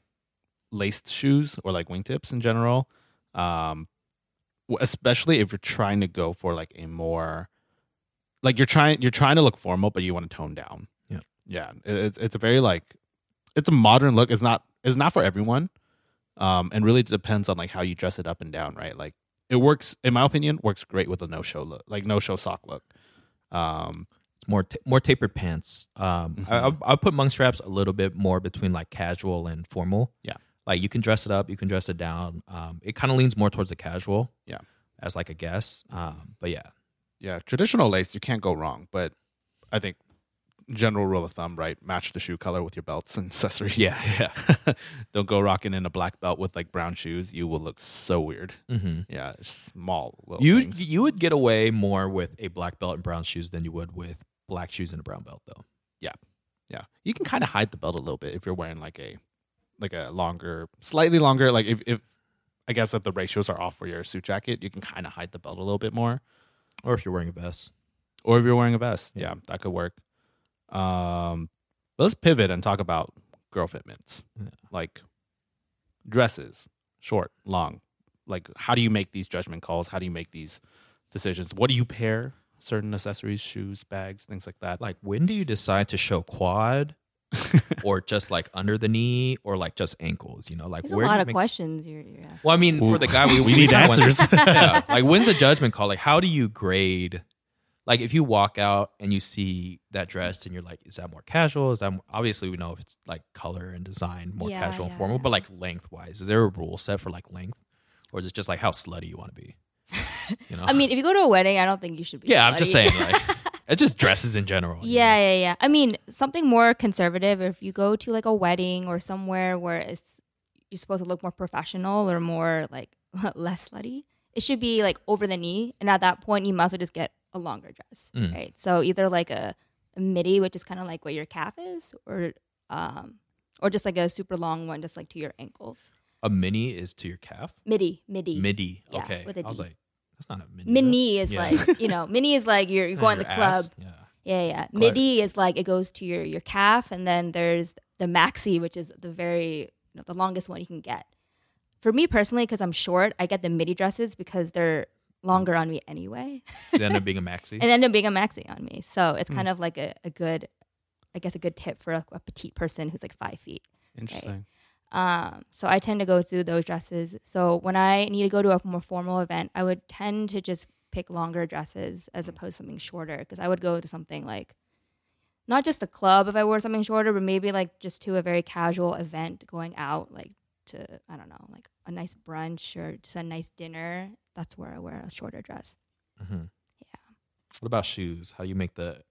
Speaker 1: laced shoes or like wingtips in general. Um, w- especially if you're trying to go for like a more like you're trying you're trying to look formal, but you want to tone down.
Speaker 3: Yeah.
Speaker 1: yeah. It- it's it's a very like it's a modern look. It's not it's not for everyone. Um, and really depends on like how you dress it up and down, right? Like it works in my opinion works great with a no show look like no show sock look um
Speaker 3: It's more ta- more tapered pants. Um, I, I'll, I'll put monk straps a little bit more between like casual and formal.
Speaker 1: Yeah.
Speaker 3: like you can dress it up, you can dress it down. Um, it kind of leans more towards the casual.
Speaker 1: Yeah.
Speaker 3: as like a guess. Um, but yeah,
Speaker 1: yeah traditional lace you can't go wrong but i think general rule of thumb right match the shoe color with your belts and accessories
Speaker 3: yeah, yeah.
Speaker 1: don't go rocking in a black belt with like brown shoes you will look so weird
Speaker 3: Mm-hmm.
Speaker 1: yeah small little
Speaker 3: You
Speaker 1: things.
Speaker 3: you would get away more with a black belt and brown shoes than you would with black shoes and a brown belt though.
Speaker 1: yeah you can kind of hide the belt a little bit if you're wearing like a like a longer slightly longer like if, if i guess if the ratios are off for your suit jacket you can kind of hide the belt a little bit more
Speaker 3: Or if you're wearing a vest.
Speaker 1: or if you're wearing a vest. Yeah, that could work. Um, but let's pivot and talk about girl fitments,
Speaker 3: Yeah.
Speaker 1: like dresses, short, long. Like, how do you make these judgment calls? How do you make these decisions? What do you pair? Certain accessories, shoes, bags, things like that.
Speaker 3: like when do you decide to show quad or just like under the knee or like just ankles you know like
Speaker 2: There's a
Speaker 3: where do
Speaker 2: lot
Speaker 3: you
Speaker 2: of
Speaker 3: make-
Speaker 2: questions you're, you're asking.
Speaker 3: well i mean for the guy we,
Speaker 1: We need
Speaker 3: kinda went-
Speaker 1: answers.
Speaker 3: yeah. like when's a judgment call like how do you grade like if you walk out and you see that dress and you're like is that more casual is that more, obviously we know if it's like color and design more
Speaker 2: Yeah,
Speaker 3: casual and
Speaker 2: yeah,
Speaker 3: formal
Speaker 2: yeah.
Speaker 3: but like lengthwise is there a rule set for like length or is it just like how slutty you want to be you know
Speaker 2: I mean, if you go to a wedding, I don't think you should be.
Speaker 3: Uh-huh. yeah i'm just
Speaker 2: slutty.
Speaker 3: saying like it just dresses in general you
Speaker 2: Yeah,
Speaker 3: know?
Speaker 2: yeah, yeah. I mean, something more conservative. If you go to like a wedding or somewhere where it's you're supposed to look more professional or more like less slutty, it should be like over the knee. And at that point, you might as well just get a longer dress,
Speaker 3: Mm.
Speaker 2: right? So either like a, a midi, which is kind of like what your calf is, or um, or just like a super long one, just like to your ankles.
Speaker 3: a mini is to your calf
Speaker 2: Midi, midi,
Speaker 3: Midi.
Speaker 2: Yeah,
Speaker 3: okay.
Speaker 2: with a
Speaker 3: I was
Speaker 2: D.
Speaker 3: like, that's not a mini.
Speaker 2: Mini is
Speaker 3: Yeah.
Speaker 2: like you know, mini is like you're, you're
Speaker 3: That's
Speaker 2: going to
Speaker 3: your
Speaker 2: the club.
Speaker 3: ass. Yeah.
Speaker 2: Yeah, yeah.
Speaker 3: Quite-
Speaker 2: Midi is like it goes to your your calf, and then there's the maxi, which is the very you know, the longest one you can get. For me personally, because I'm short, I get the midi dresses because they're longer on me anyway,
Speaker 3: They end up being a maxi.
Speaker 2: and end up being a maxi on me. So it's kind of like a, a good, I guess, a good tip for a, a petite person who's like five feet.
Speaker 1: Interesting.
Speaker 2: Um, so I tend to go through those dresses. So when I need to go to a more formal event, I would tend to just pick longer dresses as opposed to something shorter because I would go to something like not just a club if I wore something shorter, but maybe like just to a very casual event going out, like to I don't know, like a nice brunch or just a nice dinner. That's where I wear a shorter dress.
Speaker 3: Mhm.
Speaker 2: Yeah.
Speaker 3: What about shoes? How do you make the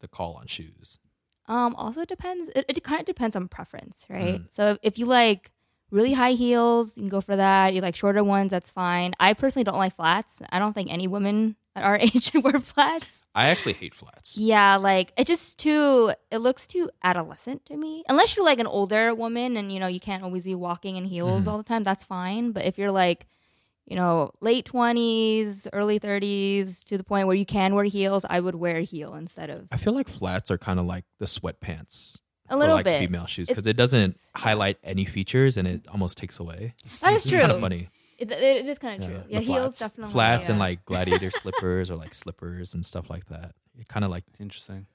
Speaker 3: the call on shoes?
Speaker 2: Um, also depends. It, it kind of depends on preference, right?
Speaker 3: Mm.
Speaker 2: So if, if you like really high heels, you can go for that. You like shorter ones, that's fine. I personally don't like flats. I don't think any woman at our age should wear flats.
Speaker 3: I actually hate flats.
Speaker 2: Yeah, like it just too. It looks too adolescent to me. Unless you're like an
Speaker 3: Mm-hmm.
Speaker 2: older woman and you know you can't always be walking in heels all the time, that's fine. But if you're like you know, late 20s, early 30s to the point where you can wear heels, I would wear a heel instead of
Speaker 3: I feel like flats are kind of like the sweatpants.
Speaker 2: a little
Speaker 3: for like
Speaker 2: bit.
Speaker 3: female shoes because it doesn't highlight any features and it almost takes away.
Speaker 2: That is
Speaker 3: It's
Speaker 2: true. Oh
Speaker 3: kind of funny.
Speaker 2: It, it is kind of true. Yeah,
Speaker 3: the
Speaker 2: heels definitely.
Speaker 3: Flats and
Speaker 2: yeah.
Speaker 3: like gladiator slippers or like slippers and stuff like that. It kind of like
Speaker 1: Interesting.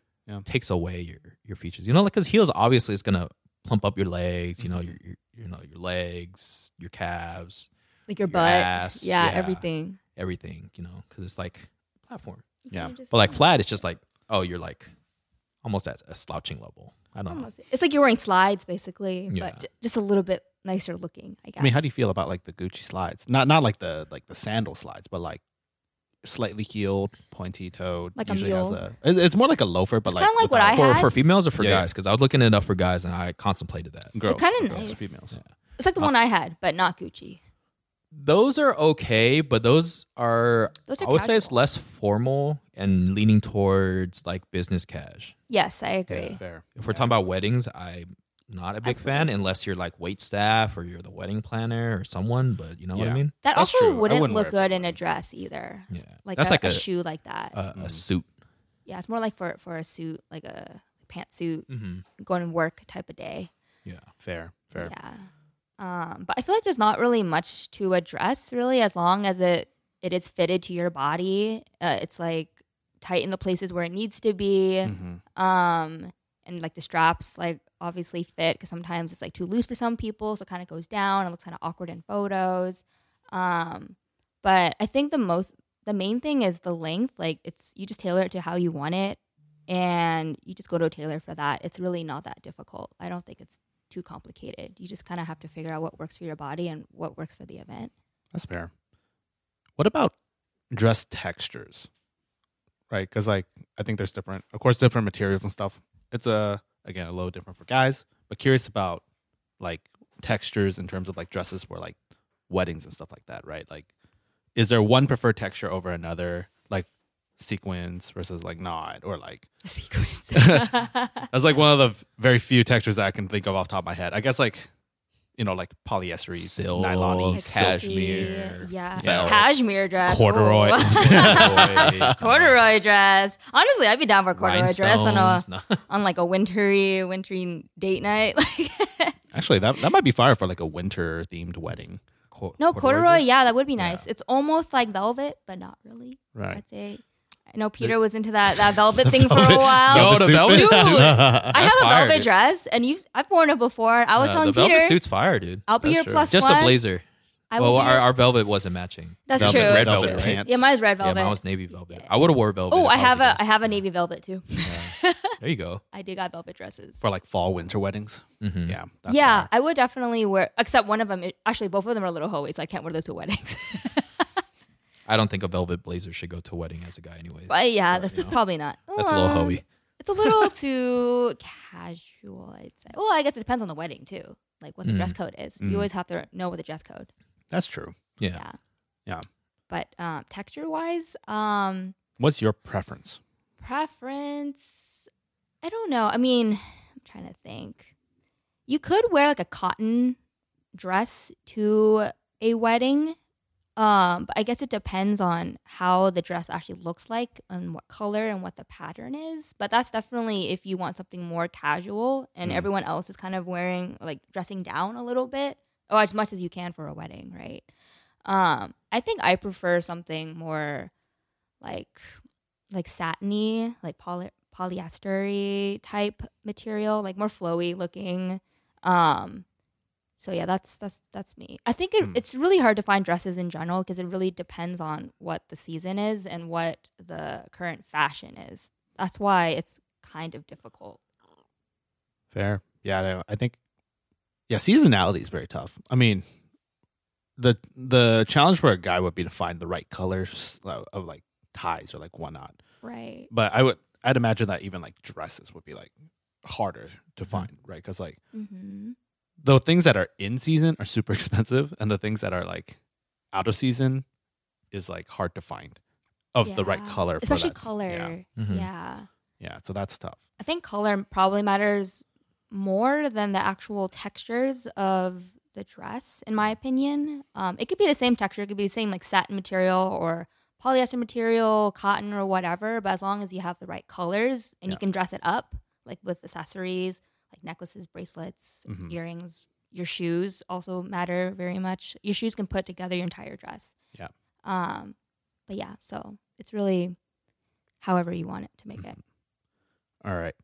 Speaker 3: takes away your your features. You know, like because heels obviously is gonna plump up your legs. You know,
Speaker 2: Mm-hmm.
Speaker 3: your, your you know your legs, your calves,
Speaker 2: like your
Speaker 3: your
Speaker 2: butt.
Speaker 3: ass,
Speaker 2: yeah,
Speaker 3: yeah.
Speaker 2: everything.
Speaker 3: everything. You know, because it's like platform.
Speaker 1: Yeah.
Speaker 2: You just-
Speaker 3: But like flat, it's just like oh, you're like almost at a slouching level. I don't know.
Speaker 2: Almost. It's like you're wearing slides basically,
Speaker 3: Yeah.
Speaker 2: but j- just a little bit nicer looking, I guess.
Speaker 1: I mean, how do you feel about like the Gucci slides? Not not like the like the sandal slides, but like slightly heeled, pointy toed.
Speaker 2: Like a
Speaker 1: usually has
Speaker 2: mule.
Speaker 1: a. it- It's more like a loafer, but
Speaker 2: It's
Speaker 1: like
Speaker 2: kinda like what I
Speaker 3: For
Speaker 2: had-
Speaker 3: for females or for
Speaker 1: Yeah, yeah.
Speaker 3: guys? Because I was looking it up for guys and I contemplated that.
Speaker 1: girls,
Speaker 2: They're kinda
Speaker 1: girls,
Speaker 2: nice.
Speaker 1: females.
Speaker 2: It's like the
Speaker 3: Uh,
Speaker 2: one I had, but not Gucci.
Speaker 3: Those are okay, but those are,
Speaker 2: Those are
Speaker 3: I would say it's
Speaker 2: casual.
Speaker 3: less formal and leaning towards like business cash.
Speaker 2: Yes, I agree.
Speaker 1: Yeah, fair.
Speaker 3: If we're talking about weddings, I'm not a big fan unless you're like wait staff or you're the wedding planner or someone, but you know what I
Speaker 1: Yeah.
Speaker 3: mean?
Speaker 2: That
Speaker 1: That's
Speaker 2: also
Speaker 1: true. I
Speaker 2: wouldn't,
Speaker 1: wouldn't wear
Speaker 2: look
Speaker 1: it for
Speaker 2: good in a
Speaker 1: wedding.
Speaker 2: dress either.
Speaker 3: Yeah.
Speaker 2: Like
Speaker 3: That's
Speaker 2: a,
Speaker 3: like
Speaker 2: a,
Speaker 3: a- Uh,
Speaker 2: shoe like that.
Speaker 3: A, a
Speaker 1: Mm.
Speaker 3: suit.
Speaker 2: yeah, it's more like for for a suit, like a pantsuit,
Speaker 3: Mm-hmm.
Speaker 2: going to work type of day.
Speaker 3: Yeah.
Speaker 1: Fair, fair.
Speaker 2: Yeah. Um, but I feel like there's not really much to a dress, really, as long as it it is fitted to your body. Uh, it's like tight in the places where it needs to be.
Speaker 1: Mhm.
Speaker 2: um and like the straps like obviously fit because sometimes it's like too loose for some people so it kind of goes down it looks kind of awkward in photos um but i think the most the main thing is the length like it's you just tailor it to how you want it and you just go to a tailor for that it's really not that difficult i don't think it's too complicated you just kind of have to figure out what works for your body and what works for the event
Speaker 1: That's fair. What about dress textures? Right, because like I think there's different, of course, different materials and stuff. It's a again a little different for guys, but curious about like textures in terms of like dresses for like weddings and stuff like that. Right, like is there one preferred texture over another, like sequins versus like not, or like
Speaker 2: sequence
Speaker 1: that's like one of the v- very few textures that I can think of off the top of my head. I guess like you know like polyester,
Speaker 3: Silk,
Speaker 1: nylon,
Speaker 3: Oh, cashmere,
Speaker 2: yeah
Speaker 3: felt,
Speaker 2: cashmere dress
Speaker 1: corduroy.
Speaker 2: Ooh.
Speaker 3: Corduroy.
Speaker 2: corduroy dress. Honestly, I'd be down for a corduroy dress on a
Speaker 3: Rhinestones. No.
Speaker 2: on like a wintry wintry date night. Like
Speaker 1: Actually, that that might be fire for like a winter themed wedding.
Speaker 3: Cor-
Speaker 2: no corduroy, yeah, that would be
Speaker 3: Yeah.
Speaker 2: nice. It's almost like velvet, but not really.
Speaker 1: Right.
Speaker 2: I'd say. I know Peter was into that that velvet thing for a
Speaker 1: velvet-
Speaker 2: while.
Speaker 3: Yo, Oh, the velvet
Speaker 2: Dude,
Speaker 3: suit.
Speaker 2: I have
Speaker 3: That's
Speaker 2: a
Speaker 3: fire,
Speaker 2: velvet
Speaker 3: dude.
Speaker 2: dress, and you I've worn it before. I was
Speaker 3: Uh,
Speaker 2: telling
Speaker 3: the velvet
Speaker 2: Peter,
Speaker 3: suit's fire, dude.
Speaker 2: I'll be
Speaker 1: That's
Speaker 2: your
Speaker 1: true.
Speaker 2: plus
Speaker 3: Just
Speaker 2: one.
Speaker 3: the blazer.
Speaker 2: I will
Speaker 3: well,
Speaker 2: be
Speaker 3: our,
Speaker 2: your-
Speaker 3: our velvet wasn't matching.
Speaker 2: That's
Speaker 3: Velvet,
Speaker 2: true.
Speaker 3: Red
Speaker 2: That's
Speaker 3: velvet,
Speaker 1: true.
Speaker 3: right?
Speaker 1: pants.
Speaker 2: yeah, mine is red
Speaker 3: Yeah,
Speaker 2: velvet.
Speaker 3: mine was navy velvet.
Speaker 2: Yeah.
Speaker 3: I would have wore velvet.
Speaker 2: oh,
Speaker 3: if
Speaker 2: I
Speaker 3: was
Speaker 2: have a I
Speaker 3: guest.
Speaker 2: have a navy velvet too.
Speaker 3: There you go.
Speaker 2: I do got velvet dresses.
Speaker 1: for like fall winter weddings.
Speaker 3: Mhm.
Speaker 1: Yeah,
Speaker 2: yeah,
Speaker 1: fire.
Speaker 2: I would definitely wear. Except one of them, actually, both of them are little hoey, so I can't wear those to weddings.
Speaker 3: I don't think a velvet blazer should go to a wedding as a guy, anyways.
Speaker 2: but yeah,
Speaker 3: But,
Speaker 2: that's
Speaker 3: you know,
Speaker 2: probably not.
Speaker 3: That's a little
Speaker 2: Um,
Speaker 3: hoey.
Speaker 2: It's a little too casual, I'd say. Well, I guess it depends on the wedding too, like what the dress code is. You
Speaker 1: Mm.
Speaker 2: always have to know what the dress code.
Speaker 1: that's true.
Speaker 3: Yeah.
Speaker 2: Yeah.
Speaker 1: Yeah.
Speaker 2: But um, texture wise, um,
Speaker 1: What's your preference?
Speaker 2: preference i don't know i mean i'm trying to think you could wear like a cotton dress to a wedding um but i guess it depends on how the dress actually looks like and what color and what the pattern is but that's definitely if you want something more casual and
Speaker 1: Mm.
Speaker 2: everyone else is kind of wearing like dressing down a little bit or as much as you can for a wedding right um i think i prefer something more like like satiny, like poly- polyester type material, like more flowy looking. Um, so yeah, that's that's that's me. I think it,
Speaker 1: Hmm.
Speaker 2: it's really hard to find dresses in general because it really depends on what the season is and what the current fashion is. That's why it's kind of difficult.
Speaker 1: Fair. Yeah, I, know. I think. Yeah, seasonality is very tough. I mean, the the challenge for a guy would be to find the right colors of, of like ties or like whatnot.
Speaker 2: Right.
Speaker 1: But I would I'd imagine that even like dresses would be like harder to find, right? Because like
Speaker 2: Mm-hmm.
Speaker 1: the things that are in season are super expensive, and the things that are like out of season is like hard to find of the right color, for
Speaker 2: Especially
Speaker 1: that. Yeah. Mm-hmm.
Speaker 2: color.
Speaker 3: Mhm.
Speaker 2: yeah.
Speaker 1: yeah, so that's tough.
Speaker 2: I think color probably matters more than the actual textures of the dress, in my opinion. Um, it could be the same texture, it could be the same like satin material or polyester material, cotton or whatever, but as long as you have the right colors and you
Speaker 1: Yeah.
Speaker 2: can dress it up, like with accessories, like necklaces, bracelets,
Speaker 1: Mhm.
Speaker 2: earrings, your shoes also matter very much. Your shoes can put together your entire dress.
Speaker 1: Yeah.
Speaker 2: Um, but yeah, so it's really however you want it to
Speaker 1: Mm-hmm.
Speaker 2: make it.
Speaker 1: All right.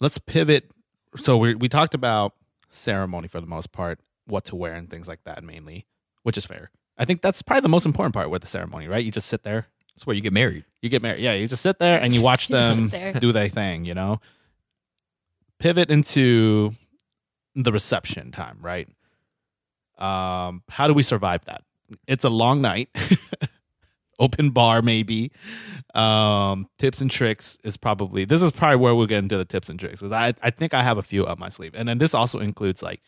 Speaker 1: Let's pivot. So we we talked about ceremony for the most part, what to wear and things like that mainly, which is fair. I think that's probably the most important part with the ceremony, right? You just sit there.
Speaker 3: That's where you get married.
Speaker 1: You get married. Yeah, you just sit there and you watch
Speaker 2: You just
Speaker 1: them
Speaker 2: sit there.
Speaker 1: do their thing, you know? Pivot into the reception time, right? Um, how do we survive that? It's a long night. Open bar, maybe. Um, tips and tricks is probably this is probably where we'll get into the tips and tricks because I, I think I have a few up my sleeve. And then this also includes like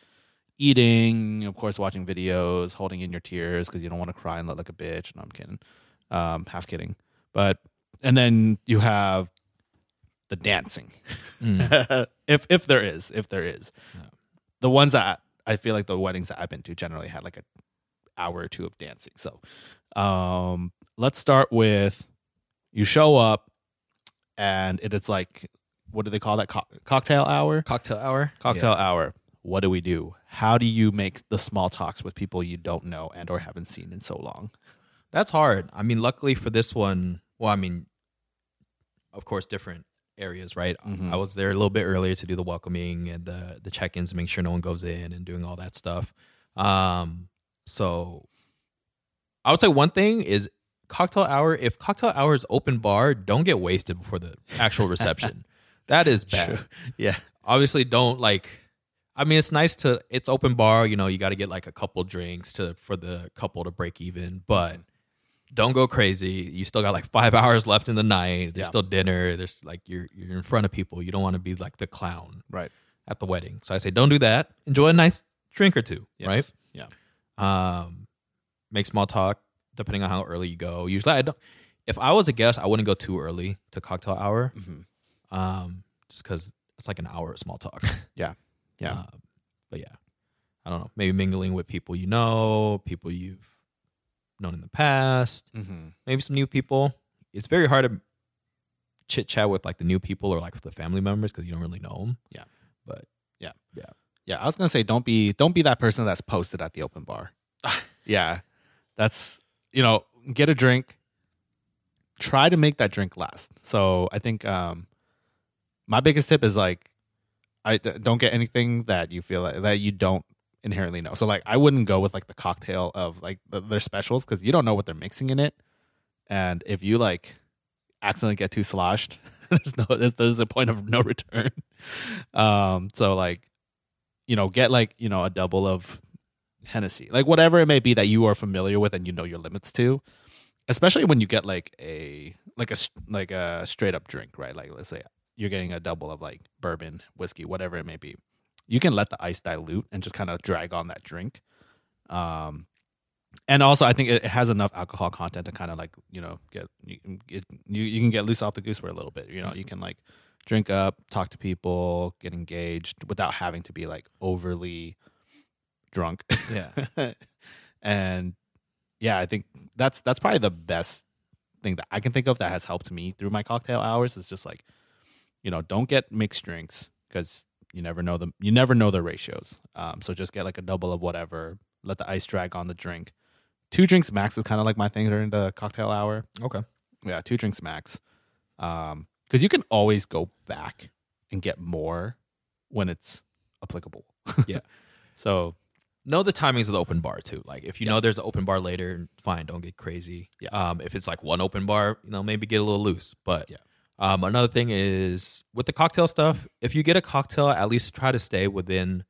Speaker 1: eating, of course, watching videos, holding in your tears because you don't want to cry and look like a bitch. No, I'm kidding. Um, half kidding. But and then you have the dancing. Mm. if if there is, if there is.
Speaker 3: Yeah.
Speaker 1: The ones that I feel like the weddings that I've been to generally had like an hour or two of dancing. So um let's start with you show up and it is like what do they call that? Co- cocktail hour?
Speaker 3: Cocktail hour.
Speaker 1: cocktail hour what do we do how do you make the small talks with people you don't know and or haven't seen in so long
Speaker 3: That's hard. I mean, luckily for this one, well, I mean, of course, different areas, right?
Speaker 1: Mhm.
Speaker 3: I was there a little bit earlier to do the welcoming and the the check ins, make sure no one goes in and doing all that stuff. Um, so I would say one thing is cocktail hour. If cocktail hour is open bar, don't get wasted before the actual reception. that is bad
Speaker 1: Sure. yeah
Speaker 3: obviously don't like I mean it's nice to it's open bar, you know, you got to get like a couple drinks to for the couple to break even, but don't go crazy. You still got like 5 hours left in the night. There's
Speaker 1: Yeah.
Speaker 3: still dinner. There's like you're you're in front of people. You don't want to be like the clown
Speaker 1: right
Speaker 3: at the wedding. So I say don't do that. Enjoy a nice drink or two,
Speaker 1: yes.
Speaker 3: right?
Speaker 1: yeah
Speaker 3: um, make small talk depending on how early you go. Usually, I don't. If I was a guest, I wouldn't go too early to cocktail hour,
Speaker 1: Mhm.
Speaker 3: um, just because it's like an hour of small talk.
Speaker 1: Yeah. Yeah.
Speaker 3: Um, but yeah, I don't know. Maybe mingling with people you know, people you've known in the past,
Speaker 1: mm-hmm.
Speaker 3: maybe some new people. It's very hard to chit chat with like the new people or like with the family members because you don't really know them.
Speaker 1: Yeah.
Speaker 3: but
Speaker 1: yeah i was gonna say don't be don't be that person that's posted at the open bar yeah that's you know get a drink try to make that drink last so i think um my biggest tip is like i d- don't get anything that you feel like, that you don't inherently know so like i wouldn't go with like the cocktail of like the, their specials because you don't know what they're mixing in it and if you like accidentally get too sloshed there's no there's, there's a point of no return um so like you know get like you know a double of hennessy like whatever it may be that you are familiar with and you know your limits to especially when you get like a like a s- like a straight up drink right like let's say you're getting a double of like bourbon whiskey whatever it may be you can let the ice dilute and just kind of drag on that drink um and also i think it it has enough alcohol content to kind of like you know get you, can get you, you can get loose off the goose for a little bit you know you can like drink up talk to people get engaged without having to be like overly drunk
Speaker 3: yeah,
Speaker 1: and yeah, I think that's that's probably the best thing that I can think of that has helped me through my cocktail hours is just like, you know, don't get mixed drinks because you never know them. You never know the ratios. Um, so just get like a double of whatever. Let the ice drag on the drink. Two drinks max is kind of like my thing during the cocktail hour.
Speaker 3: okay,
Speaker 1: Yeah, two drinks max. Um, because you can always go back and get more when it's applicable.
Speaker 3: Yeah.
Speaker 1: So
Speaker 3: know the timings of the open bar too. Like if you know there's an open bar later, fine, don't get crazy.
Speaker 1: Yeah.
Speaker 3: Um, if it's like one open bar, you know, maybe get a little loose. But
Speaker 1: Yeah.
Speaker 3: um, another thing is with the cocktail stuff, if you get a cocktail, at least try to stay within.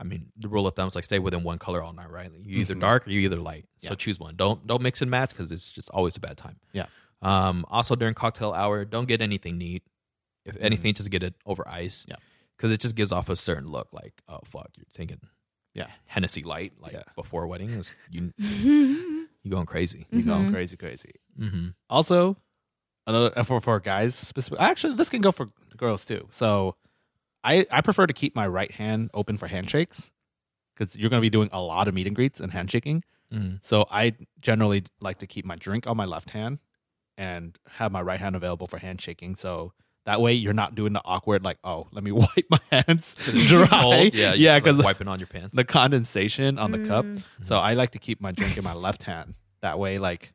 Speaker 3: I mean, the rule of thumb is like stay within one color all night, right? You either
Speaker 1: Mhm.
Speaker 3: dark or you either light. So
Speaker 1: Yeah.
Speaker 3: choose one. Don't don't mix and match because it's just always a bad time.
Speaker 1: Yeah.
Speaker 3: Um. Also during cocktail hour, don't get anything neat. If anything, just get it over ice.
Speaker 1: Mm-hmm. Yeah.
Speaker 3: Because it just gives off a certain look, like oh fuck, you're thinking
Speaker 1: yeah,
Speaker 3: Hennessy light, like
Speaker 1: Yeah.
Speaker 3: before a wedding, is you you going crazy.
Speaker 1: you know,
Speaker 2: Mhm.
Speaker 1: crazy, crazy.
Speaker 3: Mm-hmm.
Speaker 1: also another for for guys specific actually this can go for girls too so i i prefer to keep my right hand open for handshakes because you're going to be doing a lot of meet and greets and handshaking.
Speaker 3: Mhm.
Speaker 1: So I generally like to keep my drink on my left hand and have my right hand available for handshaking. So that way you're not doing the awkward like, oh, let me wipe my hands dry.
Speaker 3: Cold, yeah,
Speaker 1: yeah,
Speaker 3: you're just, like,
Speaker 1: because
Speaker 3: wiping on your pants.
Speaker 1: the condensation on the cup.
Speaker 2: Mm.
Speaker 1: So I like to keep my drink in my left hand. That way, like,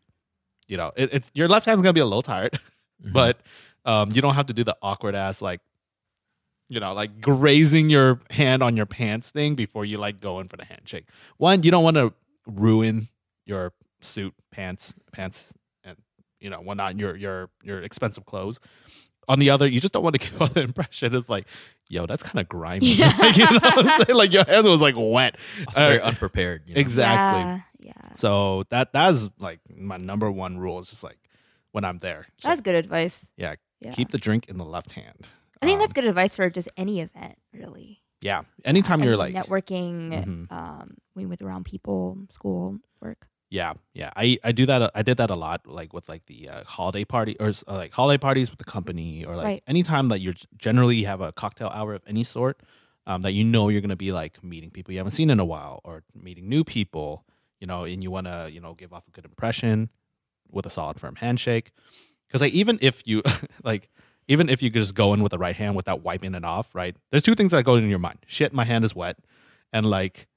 Speaker 1: you know, it, it's your left hand's gonna be a little tired,
Speaker 3: Mhm.
Speaker 1: but um, you don't have to do the awkward ass like, you know, like grazing your hand on your pants thing before you like go in for the handshake. One, you don't want to ruin your suit, pants, pants, and you know whatnot. Your your your expensive clothes. On the other, you just don't want to give off the impression it's like, yo, that's kind of grimy.
Speaker 2: Yeah.
Speaker 1: like, you know what I'm saying? Like your hand was like wet.
Speaker 3: I was very
Speaker 1: uh,
Speaker 3: unprepared. You know?
Speaker 1: Exactly.
Speaker 2: Yeah, yeah.
Speaker 1: So that that's like my number one rule is just like when I'm there, just,
Speaker 2: That's
Speaker 1: like,
Speaker 2: good advice.
Speaker 1: yeah,
Speaker 2: Yeah.
Speaker 1: keep the drink in the left hand.
Speaker 2: I think that's
Speaker 1: Um,
Speaker 2: good advice for just any event, really.
Speaker 1: yeah. Anytime
Speaker 2: I
Speaker 1: you're like
Speaker 2: mean, networking,
Speaker 1: Mhm.
Speaker 2: um, when you're with around people, school, work.
Speaker 1: yeah yeah I I do that I did that a lot like with like the uh, holiday party or uh, like holiday parties with the company or like
Speaker 2: Right.
Speaker 1: anytime that you're generally you have a cocktail hour of any sort um, that you know you're gonna be like meeting people you haven't seen in a while or meeting new people you know and you want to you know give off a good impression with a solid firm handshake because like even if you like even if you could just go in with the right hand without wiping it off right there's two things that go in your mind shit my hand is wet and like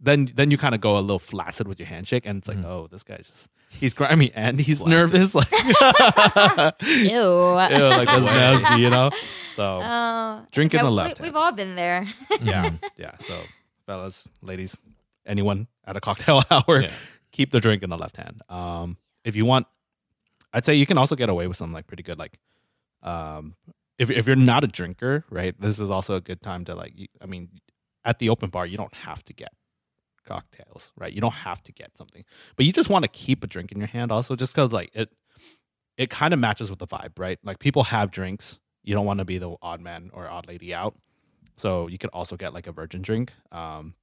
Speaker 1: then then you kind of go a little flaccid with your handshake and it's like
Speaker 3: Mhm.
Speaker 1: oh this guy's just he's grimy and he's
Speaker 3: Flaccid.
Speaker 1: nervous like
Speaker 2: Ew.
Speaker 1: ew like that's nasty you know so
Speaker 3: Uh,
Speaker 2: Oh,
Speaker 1: Drink in
Speaker 2: Uh, okay,
Speaker 1: the
Speaker 2: we-
Speaker 1: left
Speaker 2: We've
Speaker 1: hand.
Speaker 2: all been there.
Speaker 3: Mm-hmm.
Speaker 1: yeah yeah so fellas ladies anyone at a cocktail hour
Speaker 3: Yeah.
Speaker 1: keep the drink in the left hand um if you want i'd say you can also get away with some like pretty good like um if, if you're not a drinker right this is also a good time to like you, i mean at the open bar you don't have to get cocktails right you don't have to get something but you just want to keep a drink in your hand also just because like it it kind of matches with the vibe right like people have drinks you don't want to be the odd man or odd lady out so you could also get like a virgin drink um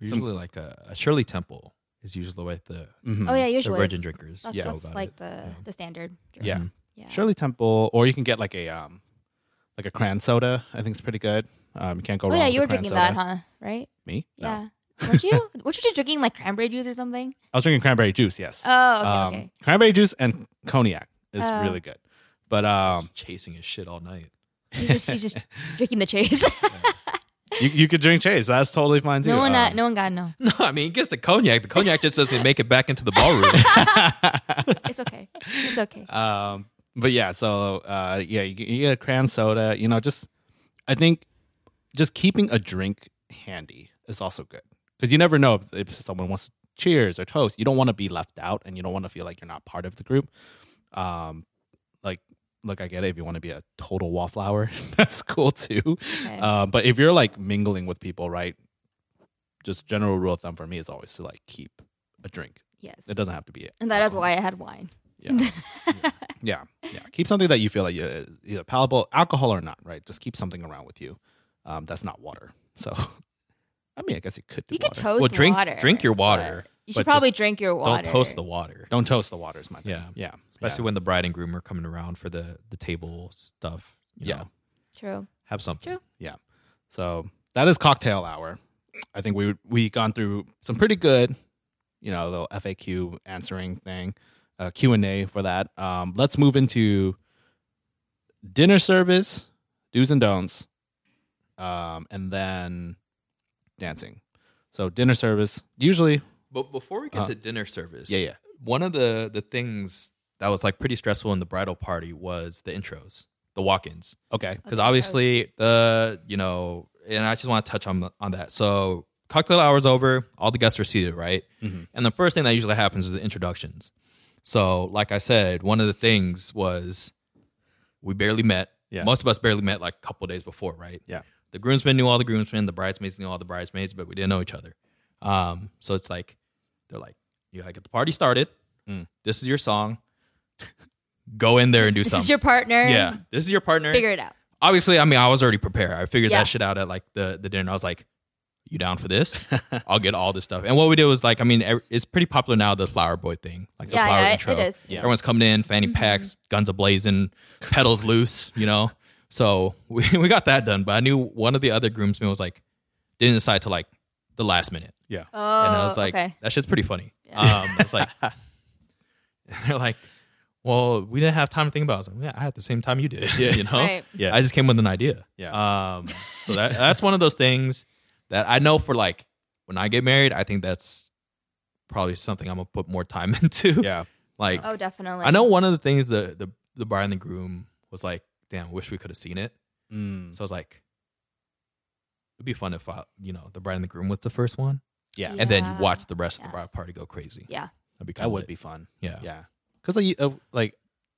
Speaker 3: Usually, like a, a Shirley Temple is usually the way the,
Speaker 1: mhm.
Speaker 2: Oh yeah,
Speaker 3: the
Speaker 2: usually
Speaker 3: virgin drinkers.
Speaker 2: That's,
Speaker 3: go
Speaker 2: that's
Speaker 3: about Mm-hmm.
Speaker 2: like
Speaker 3: it.
Speaker 2: the
Speaker 3: Yeah.
Speaker 2: the standard. drink.
Speaker 1: yeah
Speaker 2: yeah.
Speaker 1: Shirley Temple, or you can get like a um, like a cran soda. I think it's pretty good. Um, you can't go
Speaker 2: Oh
Speaker 1: wrong.
Speaker 2: yeah,
Speaker 1: with
Speaker 2: you
Speaker 1: the
Speaker 2: were
Speaker 1: cran
Speaker 2: drinking
Speaker 1: soda.
Speaker 2: that, huh? Right?
Speaker 1: Me? No.
Speaker 2: Yeah. Weren't you? Weren't you just drinking like cranberry juice or something?
Speaker 1: I was drinking cranberry juice. Yes.
Speaker 2: Oh, okay,
Speaker 1: um,
Speaker 2: okay.
Speaker 1: Cranberry juice and cognac is
Speaker 2: Oh.
Speaker 1: really good. But um,
Speaker 3: Just chasing his shit all night.
Speaker 2: He's just, he's just drinking the chase.
Speaker 1: you, you could drink Chase. That's totally fine too.
Speaker 2: no one, uh,
Speaker 1: Um,
Speaker 2: no one got no.
Speaker 3: No, I mean, it gets the cognac. The cognac just doesn't make it back into the ballroom.
Speaker 2: It's okay. It's okay.
Speaker 3: Uh,
Speaker 1: um, but yeah, so uh, yeah, you, you get a cran soda. You know, just I think just keeping a drink handy is also good because you never know if, if someone wants cheers or toast. You don't want to be left out, and you don't want to feel like you're not part of the group. Um, like, look, I get it. If you want to be a total wallflower, that's cool too.
Speaker 2: Okay.
Speaker 1: Uh, but if you're like mingling with people, right? Just general rule of thumb for me is always to like keep a drink.
Speaker 2: yes.
Speaker 1: It doesn't have to be it. Um,
Speaker 2: And that is why I had wine.
Speaker 1: Yeah. yeah. Yeah. Keep something that you feel like you, either palatable, alcohol or not, right? Just keep something around with you. Um, that's not water. So, I mean, I guess you could do
Speaker 2: You could
Speaker 1: water.
Speaker 2: toast
Speaker 3: well, drink
Speaker 2: water.
Speaker 3: drink your
Speaker 2: You
Speaker 3: water. but
Speaker 2: should
Speaker 3: just
Speaker 2: probably drink your water.
Speaker 3: Don't toast the water.
Speaker 1: Don't toast the water, is my thing.
Speaker 3: Yeah.
Speaker 1: Yeah.
Speaker 3: Especially when the bride and groom are coming around for the, the table stuff. You
Speaker 1: Yeah.
Speaker 3: Know,
Speaker 2: True.
Speaker 3: have something.
Speaker 2: True.
Speaker 1: So, that is cocktail hour. I think we we gone through some pretty good, you know, little FAQ answering thing, uh, Q and A for that. Um, let's move into dinner service, do's and don'ts, um, and then dancing. So dinner service usually,
Speaker 3: But before we get
Speaker 1: Uh,
Speaker 3: to dinner service,
Speaker 1: yeah, yeah,
Speaker 3: one of the the things that was like pretty stressful in the bridal party was the intros, the walk-ins,
Speaker 1: okay,
Speaker 3: because
Speaker 2: Okay,
Speaker 3: obviously the you know, and I just want to touch on on that. So cocktail hours over, all the guests are seated, right?
Speaker 1: Mhm.
Speaker 3: And the first thing that usually happens is the introductions. So, like I said, one of the things was we barely met.
Speaker 1: Yeah.
Speaker 3: Most of us barely met like a couple days before, right?
Speaker 1: Yeah.
Speaker 3: The groomsmen knew all the groomsmen, the bridesmaids knew all the bridesmaids, but we didn't know each other. Um, so it's like they're like, you gotta get the party started.
Speaker 1: Mm.
Speaker 3: This is your song. Go in there and do
Speaker 2: This
Speaker 3: something.
Speaker 2: is your partner.
Speaker 3: yeah. This is your partner.
Speaker 2: Figure it out.
Speaker 3: Obviously, I mean, I was already prepared. I figured
Speaker 2: Yeah.
Speaker 3: that shit out at like the the dinner. I was like, you down for this? I'll get all this stuff. And what we did was like, I mean, ev- it's pretty popular now the flower boy thing, like the
Speaker 2: yeah,
Speaker 3: flower
Speaker 2: yeah, it-
Speaker 3: intro.
Speaker 2: it is. Mm-hmm.
Speaker 1: Yeah.
Speaker 3: Everyone's coming in, fanny packs, guns a blazing, pedals loose, you know. So we, we got that done. But I knew one of the other groomsmen was like, didn't decide to like the last minute.
Speaker 1: Yeah.
Speaker 2: Oh,
Speaker 3: and I was like,
Speaker 2: okay.
Speaker 3: that shit's pretty funny.
Speaker 2: Yeah.
Speaker 3: Um, it's like, and they're like, well, we didn't have time to think about. it. I was like, yeah, I had the same time you did.
Speaker 1: Yeah.
Speaker 3: you know,
Speaker 2: Right.
Speaker 1: Yeah.
Speaker 3: I just came with an idea.
Speaker 1: Yeah.
Speaker 3: Um, so that that's one of those things that I know for like when I get married, I think that's probably something I'm gonna put more time into.
Speaker 1: yeah.
Speaker 3: Like,
Speaker 2: Oh, definitely.
Speaker 3: I know one of the things the the the bride and the groom was like, damn, wish we could have seen it.
Speaker 1: Mm.
Speaker 3: So I was like, it'd be fun if I, you know, the bride and the groom was the first one,
Speaker 1: Yeah.
Speaker 3: and then
Speaker 2: Yeah.
Speaker 3: you watch the rest of
Speaker 2: Yeah.
Speaker 3: the bride party go crazy.
Speaker 2: Yeah.
Speaker 3: that'd be
Speaker 1: That
Speaker 3: kinda
Speaker 1: would
Speaker 3: lit.
Speaker 1: be fun.
Speaker 3: yeah.
Speaker 1: Yeah. Because like, you- uh, like,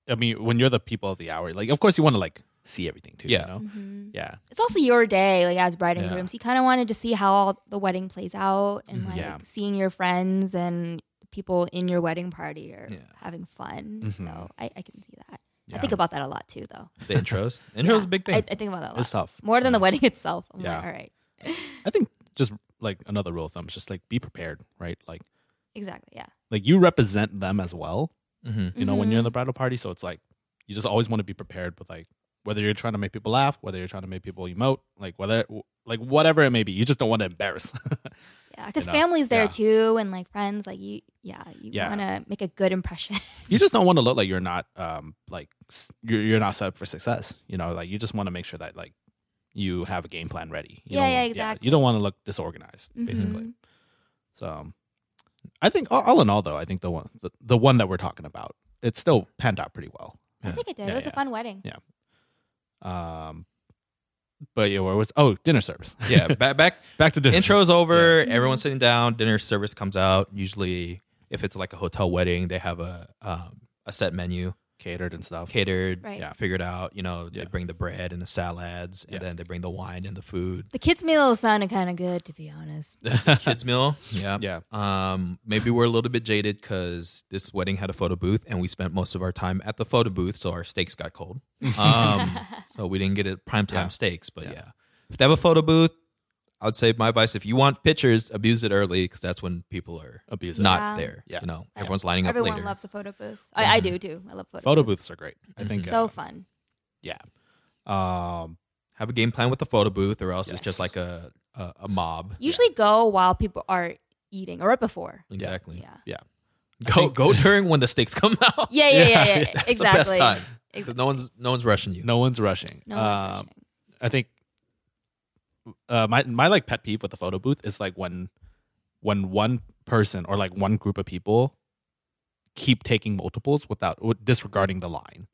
Speaker 1: I mean, when you're the people of the hour, like, of course you want to like see everything too.
Speaker 3: Yeah.
Speaker 1: You know?
Speaker 2: Mhm.
Speaker 1: Yeah.
Speaker 2: it's also your day, like as bride and
Speaker 3: Yeah.
Speaker 2: groom. So you kind of wanted to see how all the wedding plays out and
Speaker 3: Mhm.
Speaker 2: like
Speaker 1: Yeah.
Speaker 2: seeing your friends and people in your wedding party are
Speaker 3: Yeah. Mm-hmm.
Speaker 2: having fun.
Speaker 1: Mhm.
Speaker 2: So I, I can see that.
Speaker 1: Yeah.
Speaker 2: I think about that a lot too, though.
Speaker 3: The intros, intros is
Speaker 2: Yeah.
Speaker 3: a big
Speaker 2: I,
Speaker 3: thing.
Speaker 2: I think about that a lot.
Speaker 1: It's tough.
Speaker 2: More than the
Speaker 1: Yeah.
Speaker 2: wedding itself. I'm
Speaker 1: Yeah.
Speaker 2: like, all right.
Speaker 1: I think just like another rule of thumb is just like be prepared, right? Like,
Speaker 2: Exactly. Yeah.
Speaker 1: like you represent them as well,
Speaker 3: mm-hmm.
Speaker 1: you know, when you're
Speaker 2: Mhm.
Speaker 1: in the bridal party. So it's like you just always want to be prepared with like whether you're trying to make people laugh, whether you're trying to make people emote, like whether like whatever it may be, you just don't want to embarrass.
Speaker 2: Yeah, because
Speaker 1: know,
Speaker 2: family's there
Speaker 1: yeah.
Speaker 2: too, and like friends, like you, yeah, you
Speaker 1: Yeah.
Speaker 2: want to make a good impression.
Speaker 1: you just don't want to look like you're not um like s- you're, you're not set up for success you know like you just want to make sure that like you have a game plan ready you
Speaker 2: Yeah,
Speaker 1: don't-
Speaker 2: yeah, exactly.
Speaker 1: you don't want to look disorganized basically
Speaker 2: Mhm.
Speaker 1: so um, i think all, all in all though i think the one the, the one that we're talking about it still panned out pretty well
Speaker 2: I think it did.
Speaker 1: Yeah,
Speaker 2: it was
Speaker 1: yeah.
Speaker 2: a fun wedding.
Speaker 1: um but yeah where was oh dinner service
Speaker 3: yeah, back back
Speaker 1: back to dinner
Speaker 3: intro's over. Everyone's sitting down. Dinner service comes out. Usually, if it's like a hotel wedding, they have a um, a set menu
Speaker 1: catered and stuff
Speaker 3: catered,
Speaker 2: Right.
Speaker 1: Yeah.
Speaker 3: figured out. You know,
Speaker 1: Yeah.
Speaker 3: they bring the bread and the salads, and
Speaker 1: Yeah.
Speaker 3: then they bring the wine and the food.
Speaker 2: The kids' meal sounded kind of good, to be honest.
Speaker 3: Kids meal. Yeah.
Speaker 1: yeah
Speaker 3: Um, maybe we're a little bit jaded because this wedding had a photo booth, and we spent most of our time at the photo booth, so our steaks got cold. Um, so we didn't get it prime time
Speaker 1: Yeah.
Speaker 3: steaks, but
Speaker 1: Yeah.
Speaker 3: yeah. if they have a photo booth, I would say my advice: if you want pictures, abuse it early because that's when people are
Speaker 1: abuse it.
Speaker 3: not
Speaker 2: Yeah.
Speaker 3: there.
Speaker 1: Yeah.
Speaker 3: You know, everyone's lining up
Speaker 2: Everyone
Speaker 3: later.
Speaker 2: loves a photo booth. I, I do too. I love photo,
Speaker 1: Mm-hmm. photo
Speaker 2: booths.
Speaker 1: booths are great i think
Speaker 2: so
Speaker 1: uh,
Speaker 2: fun.
Speaker 1: yeah um
Speaker 3: have a game plan with the photo booth, or else it's
Speaker 1: Yes.
Speaker 3: just like a a, a mob.
Speaker 2: Usually go while people are eating or right before.
Speaker 3: Exactly.
Speaker 2: Yeah.
Speaker 3: Go go during when the steaks come out.
Speaker 2: Yeah, yeah, yeah, yeah.
Speaker 1: That's
Speaker 2: exactly.
Speaker 3: It's the best time
Speaker 2: Ex-
Speaker 3: because no one's no one's rushing you.
Speaker 1: no one's rushing
Speaker 2: no one's
Speaker 1: Um,
Speaker 2: rushing.
Speaker 1: I think uh, my my like pet peeve with the photo booth is like when when one person or like one group of people keep taking multiples without with- disregarding the line.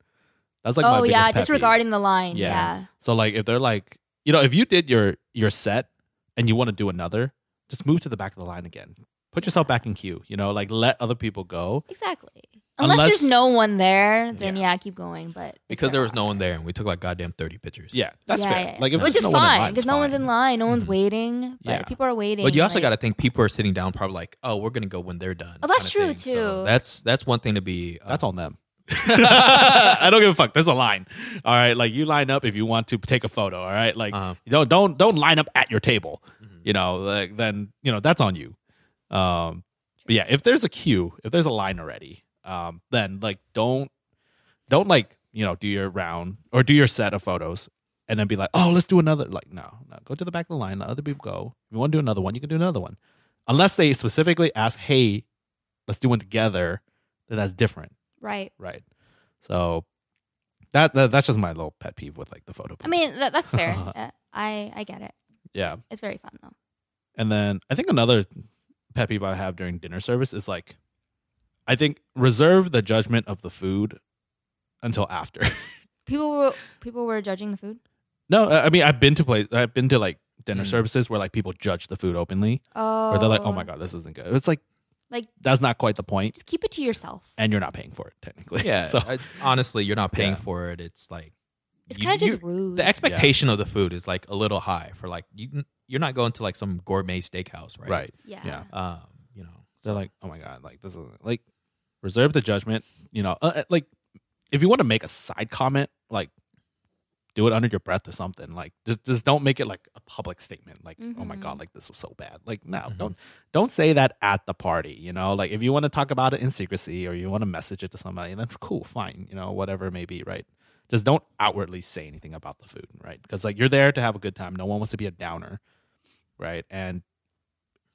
Speaker 1: That's like my
Speaker 2: oh
Speaker 1: biggest
Speaker 2: yeah,
Speaker 1: pet peeve.
Speaker 2: disregarding the line.
Speaker 1: Yeah.
Speaker 2: Yeah.
Speaker 1: So like if they're like you know if you did your your set and you want to do another, just move to the back of the line again. Put yourself back in queue. You know, like let other people go.
Speaker 2: exactly. Unless,
Speaker 1: Unless-
Speaker 2: there's no one there, then
Speaker 1: Yeah.
Speaker 2: yeah, keep going. But if
Speaker 3: because there was no
Speaker 2: are-
Speaker 3: one there, and we took like goddamn thirty pictures.
Speaker 1: Yeah, that's
Speaker 2: Yeah,
Speaker 1: fair.
Speaker 2: yeah, yeah.
Speaker 1: Like if
Speaker 2: which
Speaker 1: there's
Speaker 2: is
Speaker 1: no one in line,
Speaker 2: fine
Speaker 1: it's
Speaker 2: because no one's
Speaker 1: fine. Mm-hmm.
Speaker 2: in line, no one's
Speaker 3: Mhm.
Speaker 2: waiting. But
Speaker 1: Yeah.
Speaker 2: if people are waiting.
Speaker 3: But you also
Speaker 2: like-
Speaker 3: got to think people are sitting down, probably like, oh, we're gonna go when they're done.
Speaker 2: Oh, that's
Speaker 3: kinda
Speaker 2: true,
Speaker 3: thing. So
Speaker 2: too.
Speaker 3: that's that's one thing to be. uh,
Speaker 1: That's on them. I don't give a fuck. There's a line. All right, like you line up if you want to take a photo. All right, like
Speaker 3: Uh-huh. Mm-hmm.
Speaker 1: you don't don't don't line up at your table. You know, like then you know that's on you. Um, but yeah, if there's a queue, if there's a line already, um, then like don't don't like you know do your round or do your set of photos and then be like, oh, let's do another. Like no, no, go to the back of the line. Let other people go. If you want to do another one, you can do another one, unless they specifically ask, hey, let's do one together. Then that's different
Speaker 2: right.
Speaker 1: right? So that, that that's just my little pet peeve with like the photo.
Speaker 2: I
Speaker 1: booth.
Speaker 2: mean, that, that's fair. Uh, I I get it.
Speaker 1: yeah.
Speaker 2: It's very fun though.
Speaker 1: And then I think another pet peeve I have during dinner service is like, I think reserve the judgment of the food until after.
Speaker 2: People were people were judging the food.
Speaker 1: no, I I mean I've been to place I've been to like dinner
Speaker 3: Mm.
Speaker 1: services where like people judge the food openly,
Speaker 2: Oh,
Speaker 1: or they're like, oh my god, this isn't good. It's like
Speaker 2: Like-
Speaker 1: that's not quite the point,
Speaker 2: Just keep it to yourself.
Speaker 1: and you're not paying for it technically.
Speaker 3: yeah.
Speaker 1: so
Speaker 3: I- honestly, you're not paying
Speaker 1: Yeah.
Speaker 3: for it. It's like
Speaker 2: It's
Speaker 3: you-
Speaker 2: kind of just
Speaker 3: you-
Speaker 2: rude.
Speaker 3: the expectation of the food is like a little high for like you. You're not going to like some gourmet steakhouse, right?
Speaker 1: right.
Speaker 2: yeah.
Speaker 1: yeah.
Speaker 3: Um, you know.
Speaker 1: they're like, oh my god, like this is like reserve the judgment. You know, uh, uh, like if you want to make a side comment, like do it under your breath or something. Like just, just don't make it like a public statement. Like oh my
Speaker 2: Mhm.
Speaker 1: god, like this was so bad. Like no,
Speaker 3: Mhm.
Speaker 1: don't don't say that at the party. You know, like if you want to talk about it in secrecy or you want to message it to somebody, then cool, fine. You know, whatever it may be, right? Just don't outwardly say anything about the food, right? Because like you're there to have a good time. No one wants to be a downer, right? And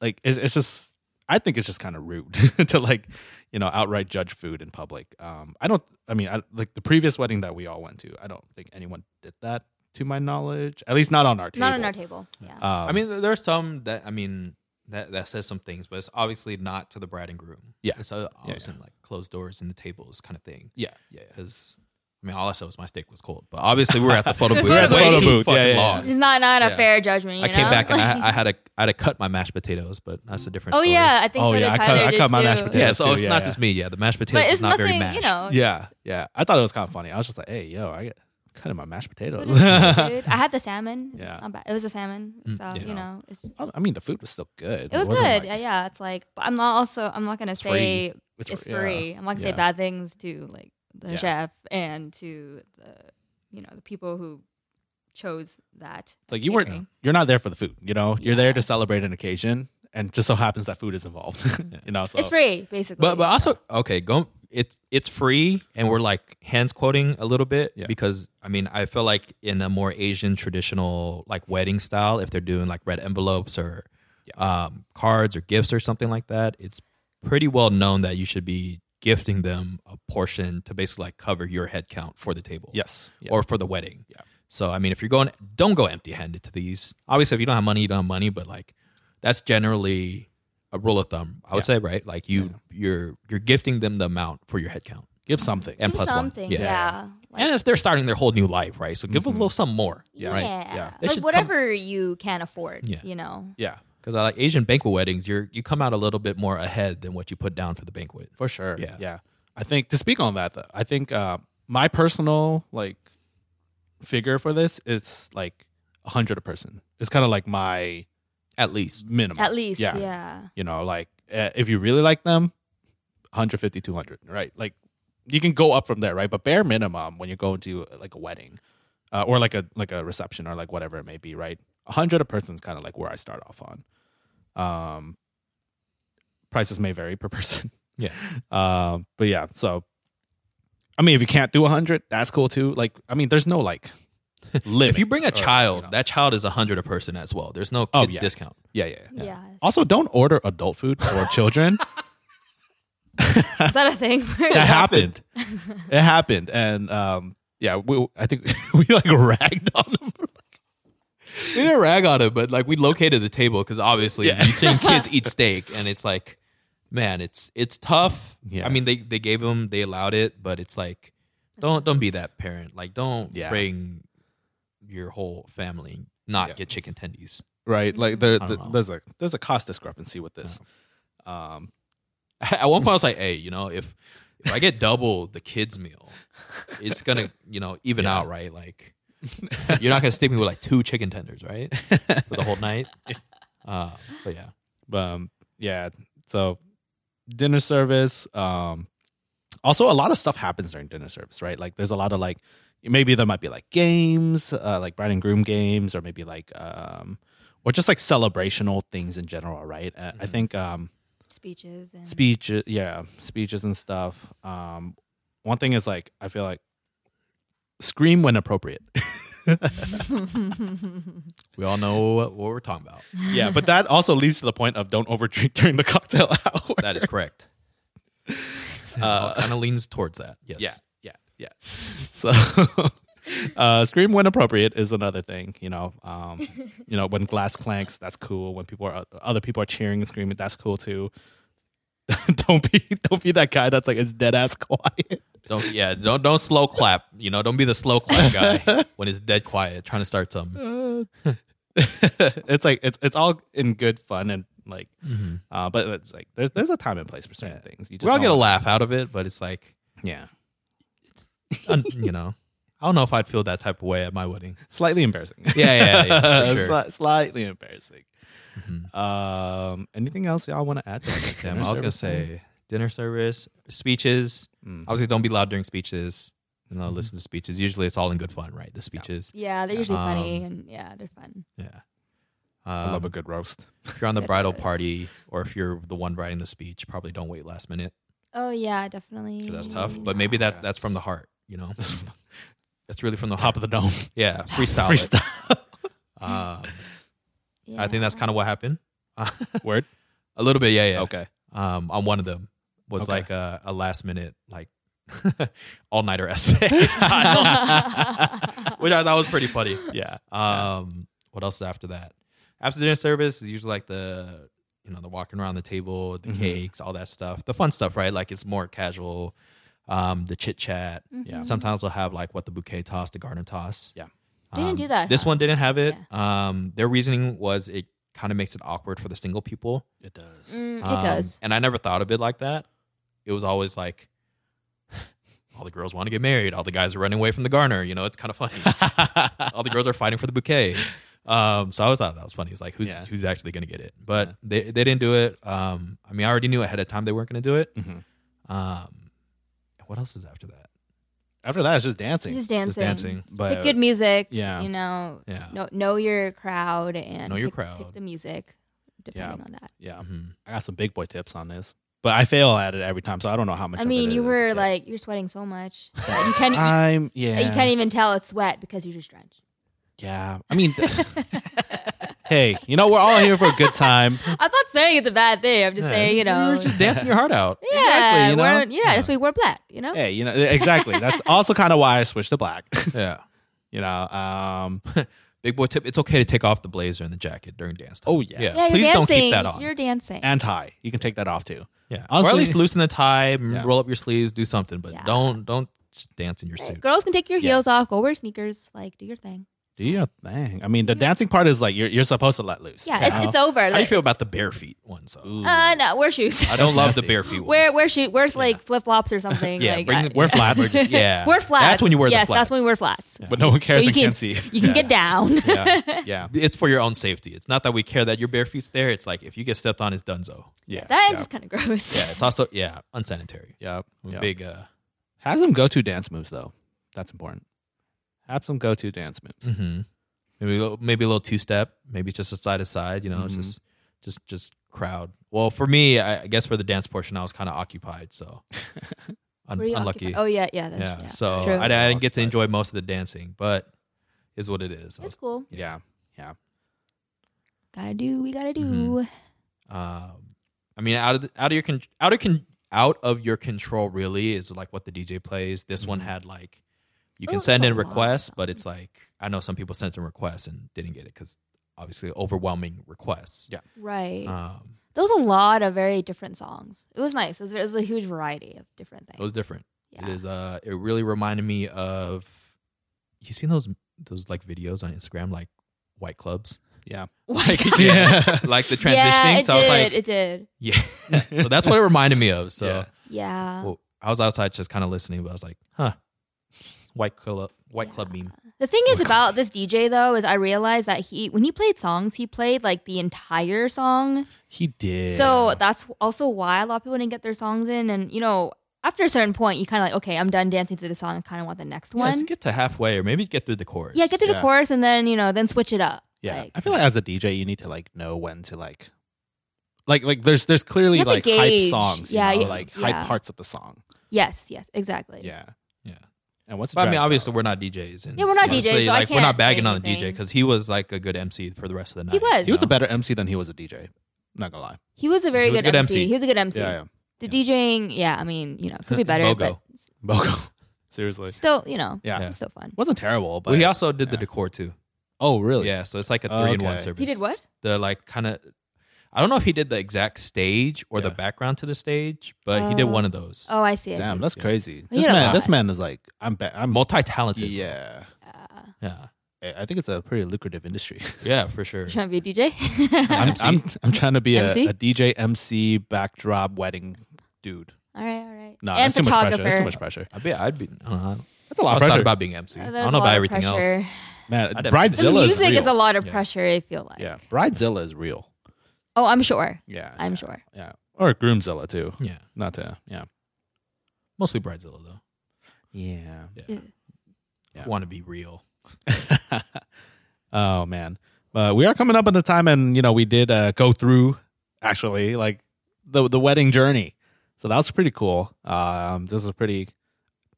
Speaker 1: like it's, it's just I think it's just kind of rude to like you know outright judge food in public. Um, I don't. I mean, I, like the previous wedding that we all went to, I don't think anyone did that to my knowledge. At least not on our table.
Speaker 2: Not on our table. Yeah.
Speaker 1: Um,
Speaker 3: I mean, there- there's some that I mean that that says some things, but it's obviously not to the bride and groom.
Speaker 1: Yeah.
Speaker 3: it's uh,
Speaker 1: yeah.
Speaker 3: obviously like closed doors and the tables kind of thing.
Speaker 1: yeah, yeah, yeah.
Speaker 3: Because I mean, all I said was my steak was cold, but obviously we were at the photo booth.
Speaker 2: We were at the
Speaker 3: way
Speaker 2: photo
Speaker 3: too
Speaker 1: booth. Yeah,
Speaker 3: fucking
Speaker 1: yeah, yeah.
Speaker 3: long.
Speaker 2: it's not not a
Speaker 3: Yeah.
Speaker 2: fair judgment. You
Speaker 3: I came
Speaker 2: know?
Speaker 3: back and I,
Speaker 2: Like-
Speaker 3: I had a I had to cut my mashed potatoes, but that's a different.
Speaker 2: oh
Speaker 3: story.
Speaker 2: yeah, I think
Speaker 1: Oh,
Speaker 2: so.
Speaker 1: yeah,
Speaker 2: did
Speaker 1: I cut-
Speaker 2: Tyler
Speaker 1: I
Speaker 2: did
Speaker 1: cut my
Speaker 2: too.
Speaker 1: mashed potatoes.
Speaker 3: yeah. So
Speaker 1: too,
Speaker 3: it's
Speaker 1: yeah,
Speaker 3: not
Speaker 1: yeah.
Speaker 3: just me. Yeah, the mashed potatoes
Speaker 2: But
Speaker 3: was
Speaker 2: it's
Speaker 3: not very
Speaker 2: nothing,
Speaker 3: mashed.
Speaker 2: you know.
Speaker 1: yeah, yeah. I thought it was kind of funny. I was just like, hey, yo, I got cutting my mashed
Speaker 2: What
Speaker 1: potatoes.
Speaker 2: is it, dude? I had the salmon. It was
Speaker 1: Yeah.
Speaker 2: not bad. It was a salmon, so
Speaker 3: Mm, yeah.
Speaker 2: you know, it's, it
Speaker 1: I mean, the food was still good.
Speaker 2: was good.
Speaker 1: wasn't, like-
Speaker 2: yeah, yeah, it's like, but I'm not also. I'm not gonna
Speaker 1: It's
Speaker 2: say it's,
Speaker 1: yeah.
Speaker 2: free. I'm not gonna
Speaker 1: Yeah.
Speaker 2: say bad things to like the
Speaker 1: Yeah.
Speaker 2: chef and to the you know the people who chose that.
Speaker 1: It's like you weren't.
Speaker 2: It's free.
Speaker 1: You're not there for the food. You know, you're
Speaker 2: Yeah.
Speaker 1: there to celebrate an occasion, and just so happens that food is involved. you know, so
Speaker 2: It's free, basically.
Speaker 3: But but also okay, go. It's it's free, and we're like hands quoting a little bit
Speaker 1: Yeah.
Speaker 3: because I mean I feel like in a more Asian traditional like wedding style, if they're doing like red envelopes or um, cards or gifts or something like that, it's pretty well known that you should be gifting them a portion to basically like cover your head count for the table,
Speaker 1: Yes. Yeah.
Speaker 3: or for the wedding.
Speaker 1: Yeah.
Speaker 3: So I mean, if you're going, don't go empty handed to these. Obviously, if you don't have money, you don't have money. But like, that's generally a rule of thumb. I would
Speaker 1: Yeah.
Speaker 3: say, right? Like you, you're you're gifting them the amount for your head count
Speaker 1: give something.
Speaker 3: and
Speaker 2: Do
Speaker 3: plus
Speaker 2: something,
Speaker 3: one. Yeah. Mm-hmm.
Speaker 2: yeah. Like,
Speaker 3: and it's they're starting their whole new life, right? So give a little something more.
Speaker 2: yeah,
Speaker 1: right, yeah.
Speaker 3: They should
Speaker 2: like
Speaker 3: come-
Speaker 2: whatever you can afford.
Speaker 3: Yeah.
Speaker 2: you know.
Speaker 1: Yeah,
Speaker 3: Because I like Asian banquet weddings. You're you come out a little bit more ahead than what you put down for the banquet.
Speaker 1: for sure.
Speaker 3: Yeah.
Speaker 1: yeah. I think to speak on that, though, I think uh, my personal like figure for this is like a hundred a person. It's kind of like my
Speaker 3: At least
Speaker 1: minimum.
Speaker 2: At least,
Speaker 1: Yeah.
Speaker 2: yeah.
Speaker 1: you know like uh, if you really like them 150 200 right like you can go up from there right but bare minimum when you go to like a wedding uh, or like a like a reception or like whatever it may be right 100 a person's kind of like where i start off on um prices may vary per person
Speaker 3: Yeah.
Speaker 1: um but yeah so i mean if you can't do 100 that's cool too like i mean there's no like
Speaker 3: if you bring a
Speaker 1: limits or,
Speaker 3: child,
Speaker 1: you know.
Speaker 3: that child is a hundred a person as well. There's no kids
Speaker 1: Oh, yeah.
Speaker 3: discount.
Speaker 1: yeah yeah, yeah.
Speaker 2: yeah,
Speaker 1: also don't order adult food for children
Speaker 2: Is that a thing?
Speaker 1: that happened. it happened, and um, yeah, we I think we like ragged on him.
Speaker 3: We didn't rag on it, but like we located the table because obviously
Speaker 1: Yeah.
Speaker 3: you've seen kids eat steak, and it's like, man, it's it's tough.
Speaker 1: Yeah.
Speaker 3: I mean, they they gave them, they allowed it, but it's like, don't don't be that parent. Like, don't
Speaker 1: Yeah.
Speaker 3: bring your whole family not
Speaker 1: Yeah.
Speaker 3: get chicken tendies.
Speaker 1: Right, like there,
Speaker 3: don't
Speaker 1: there-
Speaker 3: know.
Speaker 1: there's a there's a cost discrepancy with this. Um,
Speaker 3: At one point, I was like, hey, you know, if if I get double the kids' meal, it's gonna you know even out, right? Like, you're not gonna stick me with like two chicken tenders, right, for the whole night. Uh, but yeah.
Speaker 1: um, yeah, so dinner service. Um, also a lot of stuff happens during dinner service, right? Like there's a lot of like maybe there might be like games, uh, like bride and groom games, or maybe like um, or just like celebrational things in general, right? Uh, I
Speaker 3: Mhm.
Speaker 1: think um,
Speaker 2: Speeches and
Speaker 1: speeches yeah speeches and stuff um one thing is like i feel like scream when appropriate
Speaker 3: We all know what, what we're talking about.
Speaker 1: yeah but that also leads to the point of don't overdrink during the cocktail hour
Speaker 3: That is correct. Uh, kind of leans towards that. Yes.
Speaker 1: yeah yeah yeah so uh scream when appropriate is another thing you know um you know when glass clanks that's cool when people are other people are cheering and screaming that's cool too don't be don't be that guy that's like it's dead ass quiet
Speaker 3: Don't yeah. Don't don't slow clap. You know. Don't be the slow clap guy when it's dead quiet, trying to start something.
Speaker 1: it's like it's it's all in good fun and like uh but it's like there's there's a time and place for certain things you just
Speaker 3: Mm-hmm. We all get a
Speaker 1: don't-
Speaker 3: laugh out of it, but it's like,
Speaker 1: yeah
Speaker 3: un, you know, I don't know if I'd feel that type of way at my wedding.
Speaker 1: slightly embarrassing
Speaker 3: Yeah, yeah, yeah. for sure.
Speaker 1: Sli- slightly embarrassing um anything else y'all want to add to like, the
Speaker 3: Damn,
Speaker 1: dinner
Speaker 3: I was gonna
Speaker 1: service
Speaker 3: say dinner service speeches.
Speaker 1: thing? Mm.
Speaker 3: Obviously, don't be loud during speeches. You know, listen to speeches. Usually, it's all in good fun, right? The speeches.
Speaker 2: yeah, they're usually
Speaker 3: Um,
Speaker 2: funny and yeah, they're fun.
Speaker 3: Yeah.
Speaker 1: i love
Speaker 3: Um,
Speaker 1: a good roast
Speaker 3: if you're on the
Speaker 2: Good
Speaker 3: bridal
Speaker 2: advice.
Speaker 3: party or if you're the one writing the speech, probably don't wait last minute.
Speaker 2: Oh yeah, definitely.
Speaker 3: 'cause That's tough,
Speaker 2: Mm.
Speaker 3: but maybe
Speaker 1: Yeah.
Speaker 3: that that's from the heart, you know. That's really from the
Speaker 1: top of
Speaker 3: heart.
Speaker 1: the dome
Speaker 3: yeah, freestyle. it.
Speaker 1: freestyle
Speaker 3: Um, I think that's kind of what happened.
Speaker 1: Word.
Speaker 3: a little bit, yeah, yeah.
Speaker 1: Okay.
Speaker 3: Um, on one of them was
Speaker 1: Okay.
Speaker 3: like a, a last minute like all nighter essay, style, which I thought was pretty funny.
Speaker 1: Yeah.
Speaker 3: Um, what else is after that? After dinner service is usually like the you know the walking around the table, the
Speaker 1: Mhm.
Speaker 3: cakes, all that stuff, the fun stuff, right? Like it's more casual. Um, the chit chat.
Speaker 1: Yeah.
Speaker 2: Mhm.
Speaker 3: Sometimes they'll have like what the bouquet toss, the garden toss.
Speaker 1: Mm-hmm. Yeah.
Speaker 2: They didn't
Speaker 3: Um,
Speaker 2: do that,
Speaker 3: This
Speaker 2: huh?
Speaker 3: one didn't have it. Um, their reasoning was it kind of makes it awkward for the single people.
Speaker 1: It does.
Speaker 2: Mm, it
Speaker 3: Um,
Speaker 2: does.
Speaker 3: And I never thought of it like that. It was always like all the girls want to get married, all the guys are running away from the garner. You know, it's kind of funny. all the girls are fighting for the bouquet. Um, so I always thought that was funny. It's like who's
Speaker 1: Yeah.
Speaker 3: who's actually gonna get it? But they they didn't do it. Um, I mean, I already knew ahead of time they weren't gonna do it.
Speaker 1: Mhm.
Speaker 3: Um, what else is after that?
Speaker 1: After that, it's just dancing.
Speaker 2: Just dancing.
Speaker 3: Just dancing.
Speaker 1: but
Speaker 2: Pick good music.
Speaker 1: Yeah.
Speaker 2: You know,
Speaker 3: Yeah.
Speaker 2: know, know your crowd and
Speaker 3: Know your
Speaker 2: pick, pick
Speaker 3: crowd.
Speaker 2: the music depending on that.
Speaker 1: yeah,
Speaker 3: Mhm.
Speaker 1: I got some big boy tips on this, but I fail at it every time, so I don't know how much.
Speaker 2: I
Speaker 1: of
Speaker 2: mean,
Speaker 1: it
Speaker 2: you
Speaker 1: is.
Speaker 2: were
Speaker 1: Yeah.
Speaker 2: like you're sweating so much. that you can't you,
Speaker 1: I'm yeah.
Speaker 2: you can't even tell it's sweat because you're just drenched.
Speaker 1: Yeah, I mean, hey, you know we're all here for a good time.
Speaker 2: I'm not saying it's a bad thing. I'm just
Speaker 3: Yeah,
Speaker 2: saying you know.
Speaker 3: you're just dancing your heart out.
Speaker 2: yeah,
Speaker 1: exactly, you know?
Speaker 2: we're- yeah, that's why we're black. You know.
Speaker 1: Hey, you know e-, exactly. That's also kind of why I switched to black.
Speaker 3: Yeah.
Speaker 1: You know, um,
Speaker 3: Big boy tip: It's okay to take off the blazer and the jacket during dance time.
Speaker 1: Oh, yeah.
Speaker 3: yeah.
Speaker 2: Yeah, you're
Speaker 3: Please
Speaker 2: dancing.
Speaker 3: don't keep that on.
Speaker 2: You're dancing.
Speaker 1: anti. You can take that off too.
Speaker 3: yeah, or at
Speaker 1: Honestly-
Speaker 3: least loosen the tie, m-
Speaker 1: Yeah.
Speaker 3: roll up your sleeves, do something, but
Speaker 2: Yeah.
Speaker 3: don't don't just dance in your suit.
Speaker 2: Girls can take your
Speaker 1: Yeah.
Speaker 2: heels off, go wear sneakers, like do your thing.
Speaker 1: Do your thing. I mean, the dancing part is like you're you're supposed to let loose.
Speaker 2: Yeah,
Speaker 1: you
Speaker 2: it's,
Speaker 1: know?
Speaker 2: it's over.
Speaker 3: How do you
Speaker 2: Like,
Speaker 3: feel about the bare feet ones? though?
Speaker 1: Ooh.
Speaker 2: uh, no, wear shoes.
Speaker 3: I don't love
Speaker 1: nasty.
Speaker 3: the bare feet ones.
Speaker 2: Wear wear shoes. Where's like flip flops or something?
Speaker 3: Yeah,
Speaker 2: like,
Speaker 3: bring
Speaker 2: I-
Speaker 3: the- wear flats. We're just- yeah.
Speaker 2: wear flats.
Speaker 3: That's when you wear the
Speaker 2: yes, that's when
Speaker 3: flats.
Speaker 2: you wear flats.
Speaker 1: but no one cares.
Speaker 2: So
Speaker 1: and
Speaker 2: you
Speaker 1: can't see.
Speaker 2: You can get down.
Speaker 1: Yeah, yeah,
Speaker 3: it's for your own safety. It's not that we care that your bare feet's there. It's like if you get stepped on, it's dunzo.
Speaker 1: yeah.
Speaker 2: that is
Speaker 1: yeah.
Speaker 2: just kind of gross.
Speaker 3: Yeah, it's also yeah unsanitary.
Speaker 1: Yep.
Speaker 3: I'm a
Speaker 1: yep.
Speaker 3: Big uh,
Speaker 1: Have some go to dance moves though. That's important. Have some go to dance moves.
Speaker 3: mhm. maybe a little- maybe a little two step. Maybe it's just a side to side. You know, it's
Speaker 1: Mhm.
Speaker 3: just just just crowd. Well, for me, I, I guess for the dance portion, I was kind of occupied, so Un-
Speaker 2: Were you
Speaker 3: unlucky.
Speaker 2: occupied? Oh yeah, yeah, that's,
Speaker 3: yeah,
Speaker 2: yeah.
Speaker 3: so
Speaker 2: True.
Speaker 3: I, I didn't get to
Speaker 1: Occupied.
Speaker 3: enjoy most of the dancing, but is what it is.
Speaker 2: it's
Speaker 3: I was-
Speaker 2: cool.
Speaker 1: Yeah.
Speaker 2: Gotta do. We gotta do.
Speaker 3: Mhm. um, I mean, out of the, out of your con- out of con- out of your control really is like what the DJ plays. This
Speaker 1: Mm-hmm.
Speaker 3: one had like you
Speaker 2: Oh,
Speaker 3: can
Speaker 2: it's
Speaker 3: send
Speaker 2: a
Speaker 3: in
Speaker 2: lot.
Speaker 3: requests, but it's like I know some people sent in requests and didn't get it because obviously overwhelming requests.
Speaker 1: Yeah.
Speaker 2: Right.
Speaker 3: Um,
Speaker 2: there was a lot of very different songs. It was nice. It was, it was a huge variety of different things.
Speaker 3: it was different.
Speaker 2: Yeah.
Speaker 3: It is. Uh, it really reminded me of you seen those those like videos on Instagram like white clubs
Speaker 1: Yeah.
Speaker 2: Like,
Speaker 1: yeah.
Speaker 3: like the transitioning.
Speaker 2: Yeah, it
Speaker 3: so I was
Speaker 2: did.
Speaker 3: like,
Speaker 2: it did.
Speaker 3: yeah. so that's what it reminded me of. So.
Speaker 1: Yeah.
Speaker 2: Yeah.
Speaker 3: Well, I was outside just kind of listening, but I was like, huh, white club, white club meme.
Speaker 2: The thing is about this DJ though is I realized that he when he played songs he played like the entire song.
Speaker 1: He did.
Speaker 2: So that's also why a lot of people didn't get their songs in and you know after a certain point you kind of like okay I'm done dancing to the song I kind of want the next
Speaker 3: Yeah,
Speaker 2: one.
Speaker 3: let's get to halfway, or maybe get through the chorus.
Speaker 2: yeah, get to the
Speaker 1: yeah.
Speaker 2: chorus and then you know then switch it up.
Speaker 1: yeah.
Speaker 2: Like,
Speaker 1: I feel like as a DJ you need to like know when to like like like there's there's clearly
Speaker 2: You have to
Speaker 1: like hype
Speaker 2: gauge.
Speaker 1: songs, you
Speaker 2: Yeah,
Speaker 1: know,
Speaker 2: you-
Speaker 1: like
Speaker 2: yeah.
Speaker 1: hype parts of the song.
Speaker 2: yes, yes, exactly.
Speaker 1: Yeah.
Speaker 3: Yeah.
Speaker 1: And what's it
Speaker 3: But I mean,
Speaker 1: drags
Speaker 3: obviously,
Speaker 1: out?
Speaker 3: we're not DJs. And
Speaker 2: Yeah, we're not
Speaker 3: honestly,
Speaker 2: DJs, so I
Speaker 3: like, we're not
Speaker 2: can't say
Speaker 3: bagging on the DJ
Speaker 2: anything.
Speaker 3: because he was like a good MC for the rest of the
Speaker 2: He
Speaker 3: night.
Speaker 2: was.
Speaker 1: he was a better MC than he was a DJ. Not gonna lie.
Speaker 2: He was a very
Speaker 3: He was a
Speaker 2: good,
Speaker 3: good
Speaker 2: MC.
Speaker 3: MC.
Speaker 2: He was a good MC.
Speaker 1: Yeah, yeah.
Speaker 2: The DJing, yeah, I mean, you know, could be better, but
Speaker 3: Bogo.
Speaker 1: Bogo. Seriously.
Speaker 2: still, you know,
Speaker 1: Yeah.
Speaker 3: Yeah.
Speaker 2: it's still fun.
Speaker 1: Wasn't terrible, but
Speaker 3: Well, he also did the
Speaker 1: yeah.
Speaker 3: decor too.
Speaker 1: Oh really?
Speaker 3: Yeah, so it's like a three
Speaker 1: Oh,
Speaker 3: in one
Speaker 1: okay.
Speaker 3: service.
Speaker 2: He did what?
Speaker 3: The like kind of. I don't know if he did the exact stage or the
Speaker 1: Yeah.
Speaker 3: background to the stage, but he did
Speaker 2: Oh.
Speaker 3: one of those.
Speaker 2: Oh, I see. I
Speaker 1: Damn,
Speaker 2: see.
Speaker 1: that's
Speaker 3: Yeah.
Speaker 1: crazy.
Speaker 2: He
Speaker 1: This
Speaker 2: had a
Speaker 1: man
Speaker 2: lot.
Speaker 1: this man is like I'm ba- I'm
Speaker 3: Multi-talented.
Speaker 1: Yeah.
Speaker 2: Uh,
Speaker 3: yeah,
Speaker 1: I I think it's a pretty lucrative industry.
Speaker 3: yeah, for sure.
Speaker 2: you trying to be a DJ?
Speaker 1: I'm,
Speaker 3: MC.
Speaker 1: I'm, I'm trying to be a,
Speaker 2: MC?
Speaker 1: a DJ, MC, backdrop, wedding dude.
Speaker 2: All right, all right.
Speaker 1: No,
Speaker 2: and
Speaker 1: that's too much pressure.
Speaker 2: photographer.
Speaker 1: That's too much pressure.
Speaker 3: I bet I'd be. I don't know.
Speaker 1: That's a
Speaker 3: I
Speaker 1: lot of
Speaker 3: was thought
Speaker 1: prressureman
Speaker 3: about being MC.
Speaker 2: Uh,
Speaker 3: I
Speaker 2: there's
Speaker 3: don't
Speaker 2: a
Speaker 3: know
Speaker 2: lot
Speaker 3: about
Speaker 2: of
Speaker 3: everything
Speaker 2: pressure.
Speaker 3: else.
Speaker 1: Man,
Speaker 3: I'd have
Speaker 2: The
Speaker 1: Bridezilla is
Speaker 2: music
Speaker 1: real.
Speaker 2: is a lot of
Speaker 3: Yeah.
Speaker 2: pressure. I feel like.
Speaker 1: yeah, Bridezilla is real.
Speaker 2: Oh, I'm sure.
Speaker 1: Yeah,
Speaker 2: I'm
Speaker 1: yeah,
Speaker 2: sure.
Speaker 1: Yeah, or Groomzilla too.
Speaker 3: Yeah,
Speaker 1: Not to yeah.
Speaker 3: mostly Bridezilla though.
Speaker 1: Yeah.
Speaker 3: Yeah,
Speaker 1: Yeah.
Speaker 3: want to be real.
Speaker 1: oh man, but we are coming up on the time, and you know we did uh, go through actually like the the wedding journey, so that was pretty cool. Um, this is pretty,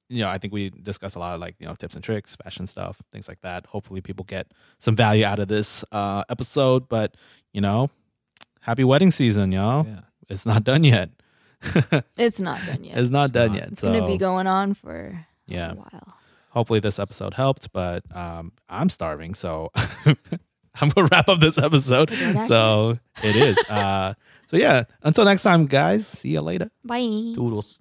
Speaker 1: you know, I think we discussed a lot of like you know tips and tricks, fashion stuff, things like that. Hopefully, people get some value out of this uh, episode. But you know, happy wedding season, y'all.
Speaker 3: Yeah.
Speaker 1: It's not done yet.
Speaker 2: It's not done yet.
Speaker 1: It's not
Speaker 3: It's
Speaker 1: done
Speaker 3: not.
Speaker 1: yet.
Speaker 2: It's
Speaker 1: so
Speaker 2: gonna be going on for
Speaker 1: yeah.
Speaker 2: a while.
Speaker 1: Hopefully this episode helped, but um, I'm starving, so I'm gonna wrap up this episode.
Speaker 2: Is it
Speaker 1: So it is. Uh, so yeah. Until next time, guys. See you later.
Speaker 2: Bye.
Speaker 3: Doodles.